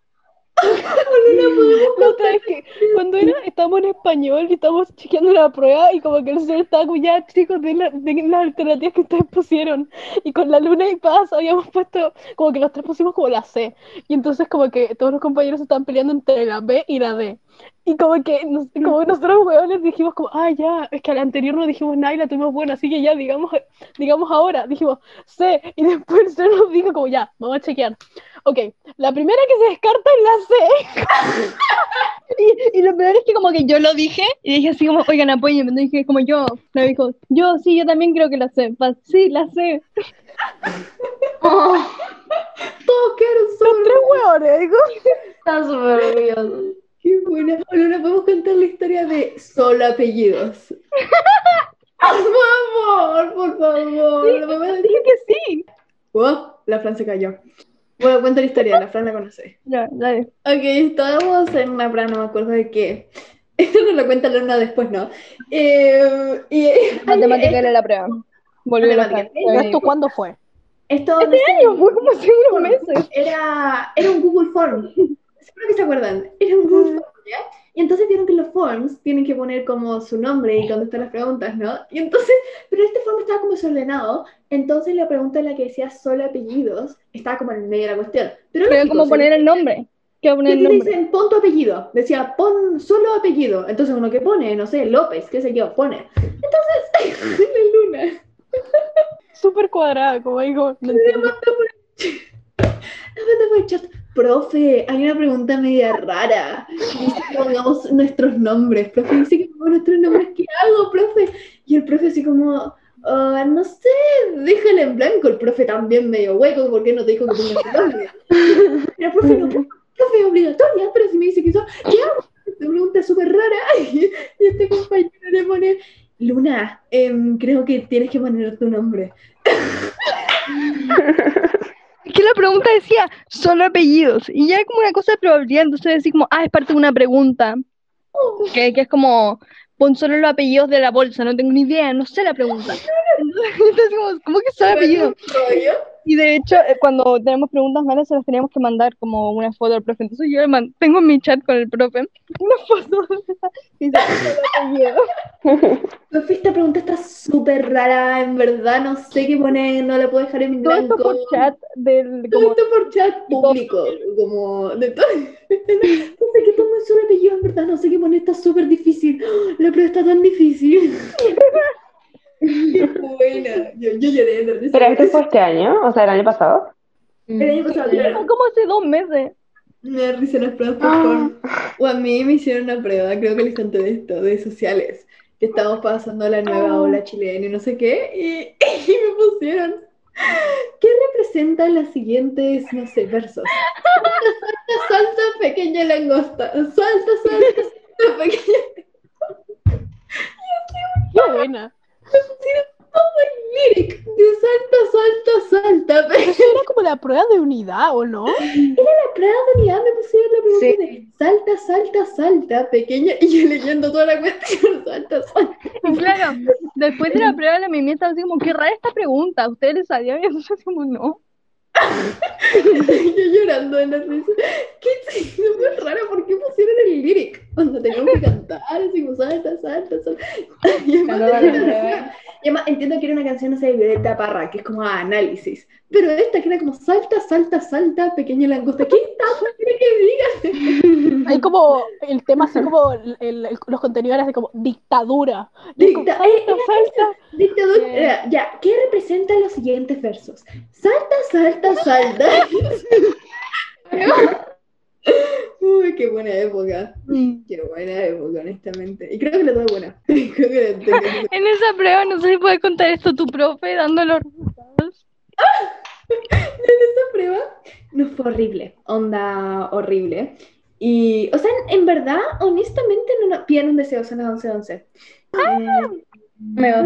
S5: La otra vez que cuando era, estábamos en español y estábamos chequeando la prueba y como que el señor estaba como ya, chicos, de, las alternativas que ustedes pusieron. Y con la luna y paz habíamos puesto, como que los tres pusimos como la C. Y entonces como que todos los compañeros estaban peleando entre la B y la D. Y como que, nos- como que nosotros hueones dijimos como, ah, ya, es que a la anterior no dijimos nada y la tuvimos buena, así que ya, digamos, digamos ahora, dijimos C. Y después el señor nos dijo como, ya, vamos a chequear. Ok, la primera que se descarta es la C.
S3: Y, y lo peor es que como que yo lo dije y dije así como, oigan, apóyenme. Entonces dije como yo, me dijo, yo sí, yo también creo que la sé. Pa- sí, la sé.
S2: todos quedaron solos.
S5: tres hueones, digo.
S4: Está súper orgulloso.
S2: Qué buena. Ahora podemos contar la historia de solo apellidos. por favor, por favor. la mamá de-
S3: Dije que sí.
S2: Oh, la Fran se cayó. Bueno, cuenta la historia, la Fran la conoce.
S3: Ya, dale.
S2: Ok, estábamos en una Fran, no me acuerdo de qué. Esto no lo cuenta Luna después, ¿no? Eh, y, eh,
S3: Matemática era la prueba. Volví a la
S2: Matemática.
S3: clase.
S5: ¿Esto cuándo fue?
S2: Esto
S3: Este
S2: no sé,
S3: Yo fui como hace unos meses.
S2: era, era un Google Form. Seguro que se acuerdan. Era un
S3: Mm.
S2: Google Form, ¿ya? Y entonces vieron que los forms tienen que poner como su nombre y contestar las preguntas, ¿no? Y entonces, pero este form estaba como desordenado. Entonces la pregunta en la que decía solo apellidos estaba como en el medio de la cuestión. Pero
S3: Pero
S2: lógico,
S3: como
S2: se-
S3: poner el nombre. ¿Qué va a poner
S2: ¿Qué
S3: el
S2: te
S3: nombre?
S2: dicen? Pon tu apellido. Decía, pon solo apellido. Entonces uno que pone, no sé, López, qué sé yo, pone. Entonces, la luna.
S5: Súper cuadrada, como digo, no
S2: La
S5: entiendo.
S2: manda por el chat. Profe, hay una pregunta media rara. Dice que pongamos nuestros nombres. Profe, dice que pongamos nuestros nombres. ¿Qué hago, profe? Y el profe así como, "Ah, no sé, déjala en blanco. El profe también medio hueco, ¿por qué no te dijo que pongas tu nombre? Pero profe, no, profe, profe, es obligatoria. Pero si me dice que eso, ¿qué hago? Esta pregunta es súper rara. Y, y este compañero le pone, Luna, em, creo que tienes que poner tu nombre.
S3: Es que la pregunta decía solo apellidos y ya como una cosa de probabilidad, entonces decir como, ah, es parte de una pregunta, que, que es como, pon solo los apellidos de la bolsa, no tengo ni idea, no sé la pregunta. Entonces, como, ¿cómo que solo apellidos?
S2: Rollo.
S3: Y de hecho, eh, cuando tenemos preguntas malas, se las teníamos que mandar como una foto al profe. Entonces yo le man- tengo en mi chat con el profe una foto de esa- y dice, solo apellidos.
S2: Profe, esta pregunta está súper rara, en verdad, no sé qué poner, no la puedo dejar en
S3: Todo esto
S2: blanco.
S3: por chat del,
S2: Todo
S3: como,
S2: esto por chat público, como de todo. No sé qué pongo en solo apellido, en verdad, no sé qué poner, está súper difícil. La prueba está tan difícil. Qué buena. Yo, yo lloré de risa.
S6: Pero esto fue este año, o sea, el año pasado.
S2: El año pasado, claro.
S3: Como hace dos meses.
S2: Me da risa las pruebas por favor. O a mí me hicieron una prueba, creo que les conté de esto, de sociales. Que estábamos pasando la nueva ola chilena y no sé qué. Y, y me pusieron. ¿Qué representan las siguientes, no sé, versos? Salta, salta, pequeña langosta. Salta, salta, salta, pequeña
S5: Qué buena.
S2: pusieron todo el lyric de salta, salta, salta. Pero
S5: Era como la prueba de unidad, ¿o no?
S2: la prueba de unidad me pusieron la pregunta
S4: Sí.
S2: de salta, salta, salta, pequeña. Y yo leyendo toda la cuestión, salta, salta.
S3: Claro, después de la prueba de la mimia estaba así como, qué rara esta pregunta, ¿ustedes les sabían? Y nosotros como, no.
S2: yo llorando en la risa. Qué es muy raro, ¿por qué pusieron el lyric? Cuando teníamos que cantar, así como salta, salta, salta. Y además,
S4: Cuando van a
S2: tenía una
S4: prueba.
S2: canción- y además entiendo que era una canción, no sé, de Violeta Parra, que es como ah, análisis. Pero esta que era como salta, salta, salta, pequeña langosta. ¿Qué tanto tiene que diga?
S5: Hay como el tema así como el- el- los contenidos eran así como dictadura. Y es como,
S2: Dicta- eh,
S5: salta, salta.
S2: Dictador, eh, ya, ¿qué representan los siguientes versos? Salta, salta, salta. Uy, qué buena época. Qué buena época, honestamente. Y creo que la tuve buena. Creo que la tengo-
S3: En esa prueba, no sé si puedes contar esto tu profe, dándolo.
S2: esa prueba no fue horrible, onda horrible. Y, o sea, en, en verdad, honestamente, no nos pidieron un deseo, son las Eh, 11, 11. Ah,
S4: Me va.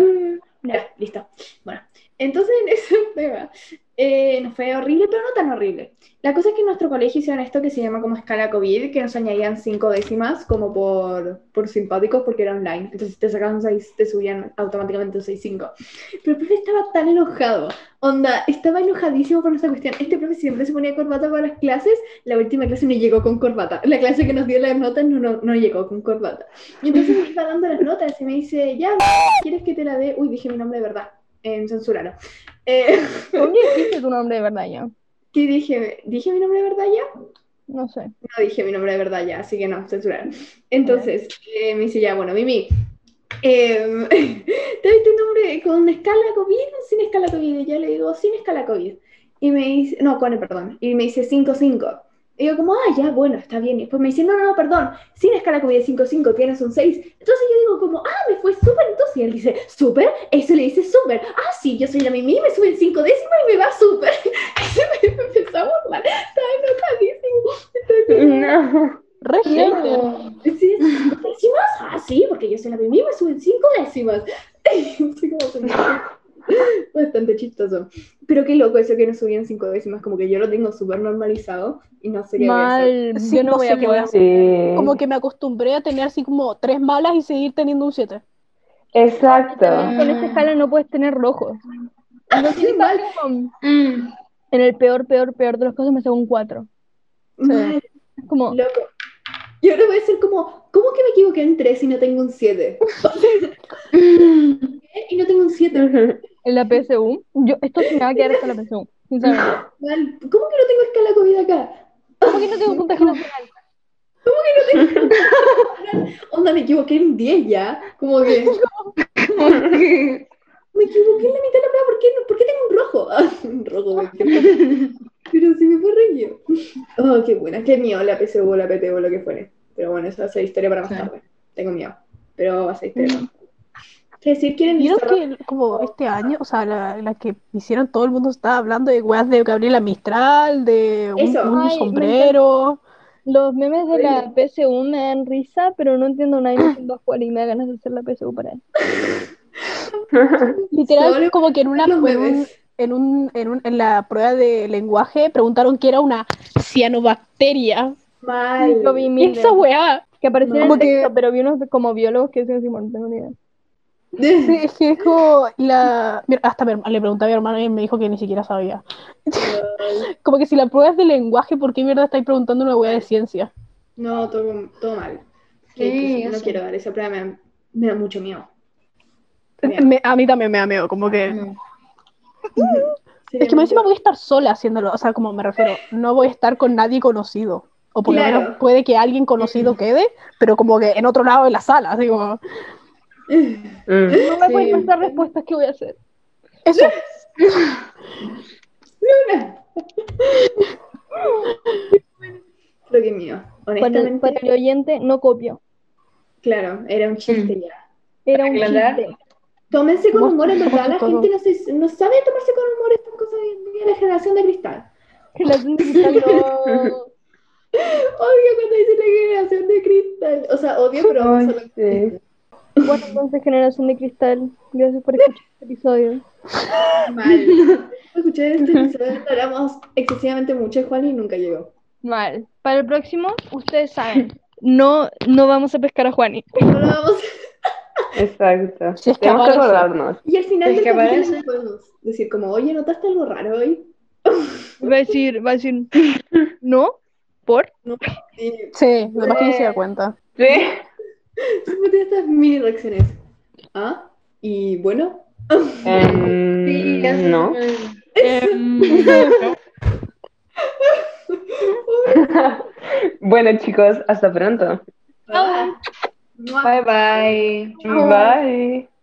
S2: Ya, listo. Bueno, entonces en esa prueba eh, nos fue horrible, pero no tan horrible. La cosa es que en nuestro colegio hicieron esto que se llama como escala COVID, que nos añadían cinco décimas como por, por simpáticos porque era online. Entonces si te sacaban seis, te subían automáticamente un seis cinco. Pero el profe estaba tan enojado. Onda, estaba enojadísimo por nuestra cuestión. Este profe siempre se ponía corbata para las clases. La última clase no llegó con corbata. La clase que nos dio las notas no, no, no llegó con corbata. Y entonces me iba dando las notas y me dice, ya, ¿Quieres que te la dé? Uy, dije mi nombre de verdad. Eh, censúralo. Eh,
S3: ¿Por qué dijiste tu nombre de verdad ya?
S2: ¿Qué dije? ¿Dije mi nombre de verdad ya?
S3: No sé.
S2: No dije mi nombre de verdad ya, así que no, censurar. Entonces, eh, me dice ya, bueno, Mimi, eh, ¿te diste un nombre con escala COVID o sin escala COVID? Y yo le digo, sin escala COVID. Y me dice, no, con, E, perdón. Y me dice 5-5. Y yo como, ah, ya, bueno, está bien. Y después me dice, no, no, no, perdón, sin escala COVID 5-5, tienes un 6. Entonces yo digo como, ah, me fue súper. Entonces y él dice, súper, eso le dice súper. Ah, sí, yo soy la Mimi, me suben 5 décimas y me va súper. Y me empezó a burlar, estaba enojadísimo. Entonces,
S6: No.
S5: Re hater.
S2: Sí, ¿cinco décimas? Ah, sí, porque yo soy la primera y me suben cinco décimas. Sí, como se me hace Bastante chistoso. Pero qué loco eso que nos subían cinco décimas, como que yo lo tengo súper normalizado y no sé qué voy a hacer.
S3: Mal,
S5: Sí,
S3: yo no
S5: no
S3: voy
S5: sé
S3: a
S5: qué
S3: poder.
S5: voy
S6: Sí.
S5: Como que me acostumbré a tener así como tres malas y seguir teniendo un 7.
S6: Exacto.
S3: Con esta escala no puedes tener rojos. Entonces,
S2: Qué mal.
S3: como,
S4: Mm.
S3: en el peor, peor, peor de los casos me sacó un 4.
S2: Mal,
S3: Es como,
S2: loco. Y ahora voy a ser como, ¿cómo que me equivoqué en tres y no tengo un siete? ¿Qué? y no tengo un siete.
S6: Ujú.
S3: en la PSU, yo, esto se me va a quedar hasta la PSU, sinceramente.
S2: Mal. ¿Cómo que no tengo escala COVID acá?
S3: ¿Por qué no tengo puntaje nacional?
S2: Onda, me equivoqué en 10 ya. Como que, me equivoqué en la mitad de la prueba, ¿por qué, no- por qué tengo un rojo? Ah, un rojo, me equivoqué. Pero sí me fue reñido. Oh, qué buena, qué miedo la PSU, la PTU, lo que fuere. Pero bueno, eso va a ser historia para más tarde. Tengo miedo, pero va a ser historia para más tarde. Es decir, quieren
S5: Vieron
S2: cerrar-
S5: que como este año, o sea, la, la que hicieron todo el mundo estaba hablando de weas de Gabriela Mistral, de un,
S2: Eso.
S5: un
S3: Ay, me
S5: sombrero.
S3: Los memes de la PSU me dan risa, pero no entiendo nadie me siento a jugar y me da ganas de hacer la PSU para él.
S5: Literal,
S2: Solo
S5: como que en una
S2: los
S5: en, un,
S2: bebés.
S5: en, un- en un- en la prueba de lenguaje preguntaron que era una cianobacteria.
S2: Mal.
S3: Yo vi miles.
S5: Esa weá.
S3: Que aparecía en
S5: Como
S3: el
S5: que-
S3: texto, pero vi unos como biólogos que decían, Simón, no tengo ni idea.
S5: Sí, es que es como la... mira, Hasta mi herma- le pregunté a mi hermano y me dijo que ni siquiera sabía. Como que si la prueba es de lenguaje, ¿por qué mierda estáis preguntando una weá de ciencia?
S2: No, todo, todo mal.
S4: Sí,
S2: Que- que no
S4: eso.
S2: quiero dar esa prueba, me da, me da mucho miedo.
S5: Me- a mí también me da miedo, como que...
S2: Sí,
S5: Es que
S2: me-
S5: más encima voy a estar sola haciéndolo, o sea, como me refiero, no voy a estar con nadie conocido. O por
S2: Claro.
S5: lo menos puede que alguien conocido quede, pero como que en otro lado de la sala, así como...
S6: Mm.
S3: No me
S2: Sí.
S3: pueden dar respuestas, ¿qué voy a hacer?
S5: Eso.
S2: ¡Luna! Creo que mío.
S3: Para
S2: Honestamente,
S3: el, para el oyente, no copio.
S2: claro, era un chiste ya.
S3: Era un
S4: Aclarar.
S3: chiste.
S2: Tómense con
S5: Vos-
S2: humor, en verdad la
S5: todo.
S2: gente no, se- no sabe tomarse con humor estas cosas hoy en día, la generación de cristal.
S3: Que la gente está no-
S2: Odio cuando dicen la generación de cristal. O sea, odio, pero
S6: Ay,
S2: solo-
S6: sí.
S3: Bueno, entonces, Generación de Cristal, gracias por escuchar este episodio.
S2: mal. Escuché este episodio, hablamos excesivamente mucho de Juan y nunca llegó.
S3: Mal. Para el próximo, ustedes saben, no, no vamos a pescar a Juani.
S2: No lo vamos-
S6: Exacto.
S5: Si es que
S6: Tenemos que
S5: aparece.
S6: acordarnos.
S2: Y al final
S4: Es
S2: del
S4: que
S2: capítulo
S4: parece-
S2: no podemos decir como, oye, ¿notaste algo raro hoy?
S3: Va a decir, va a decir, no, por.
S2: Y
S5: Sí, lo más que no se da cuenta.
S6: Sí.
S2: siempre tiene estas mini reacciones. Ah, y bueno,
S6: Em,
S4: Sí, ya sé.
S6: no.
S3: em,
S6: Bueno,
S4: Oh.
S6: chicos, hasta pronto.
S2: Bye. Mua.
S4: Bye bye.
S6: Bye.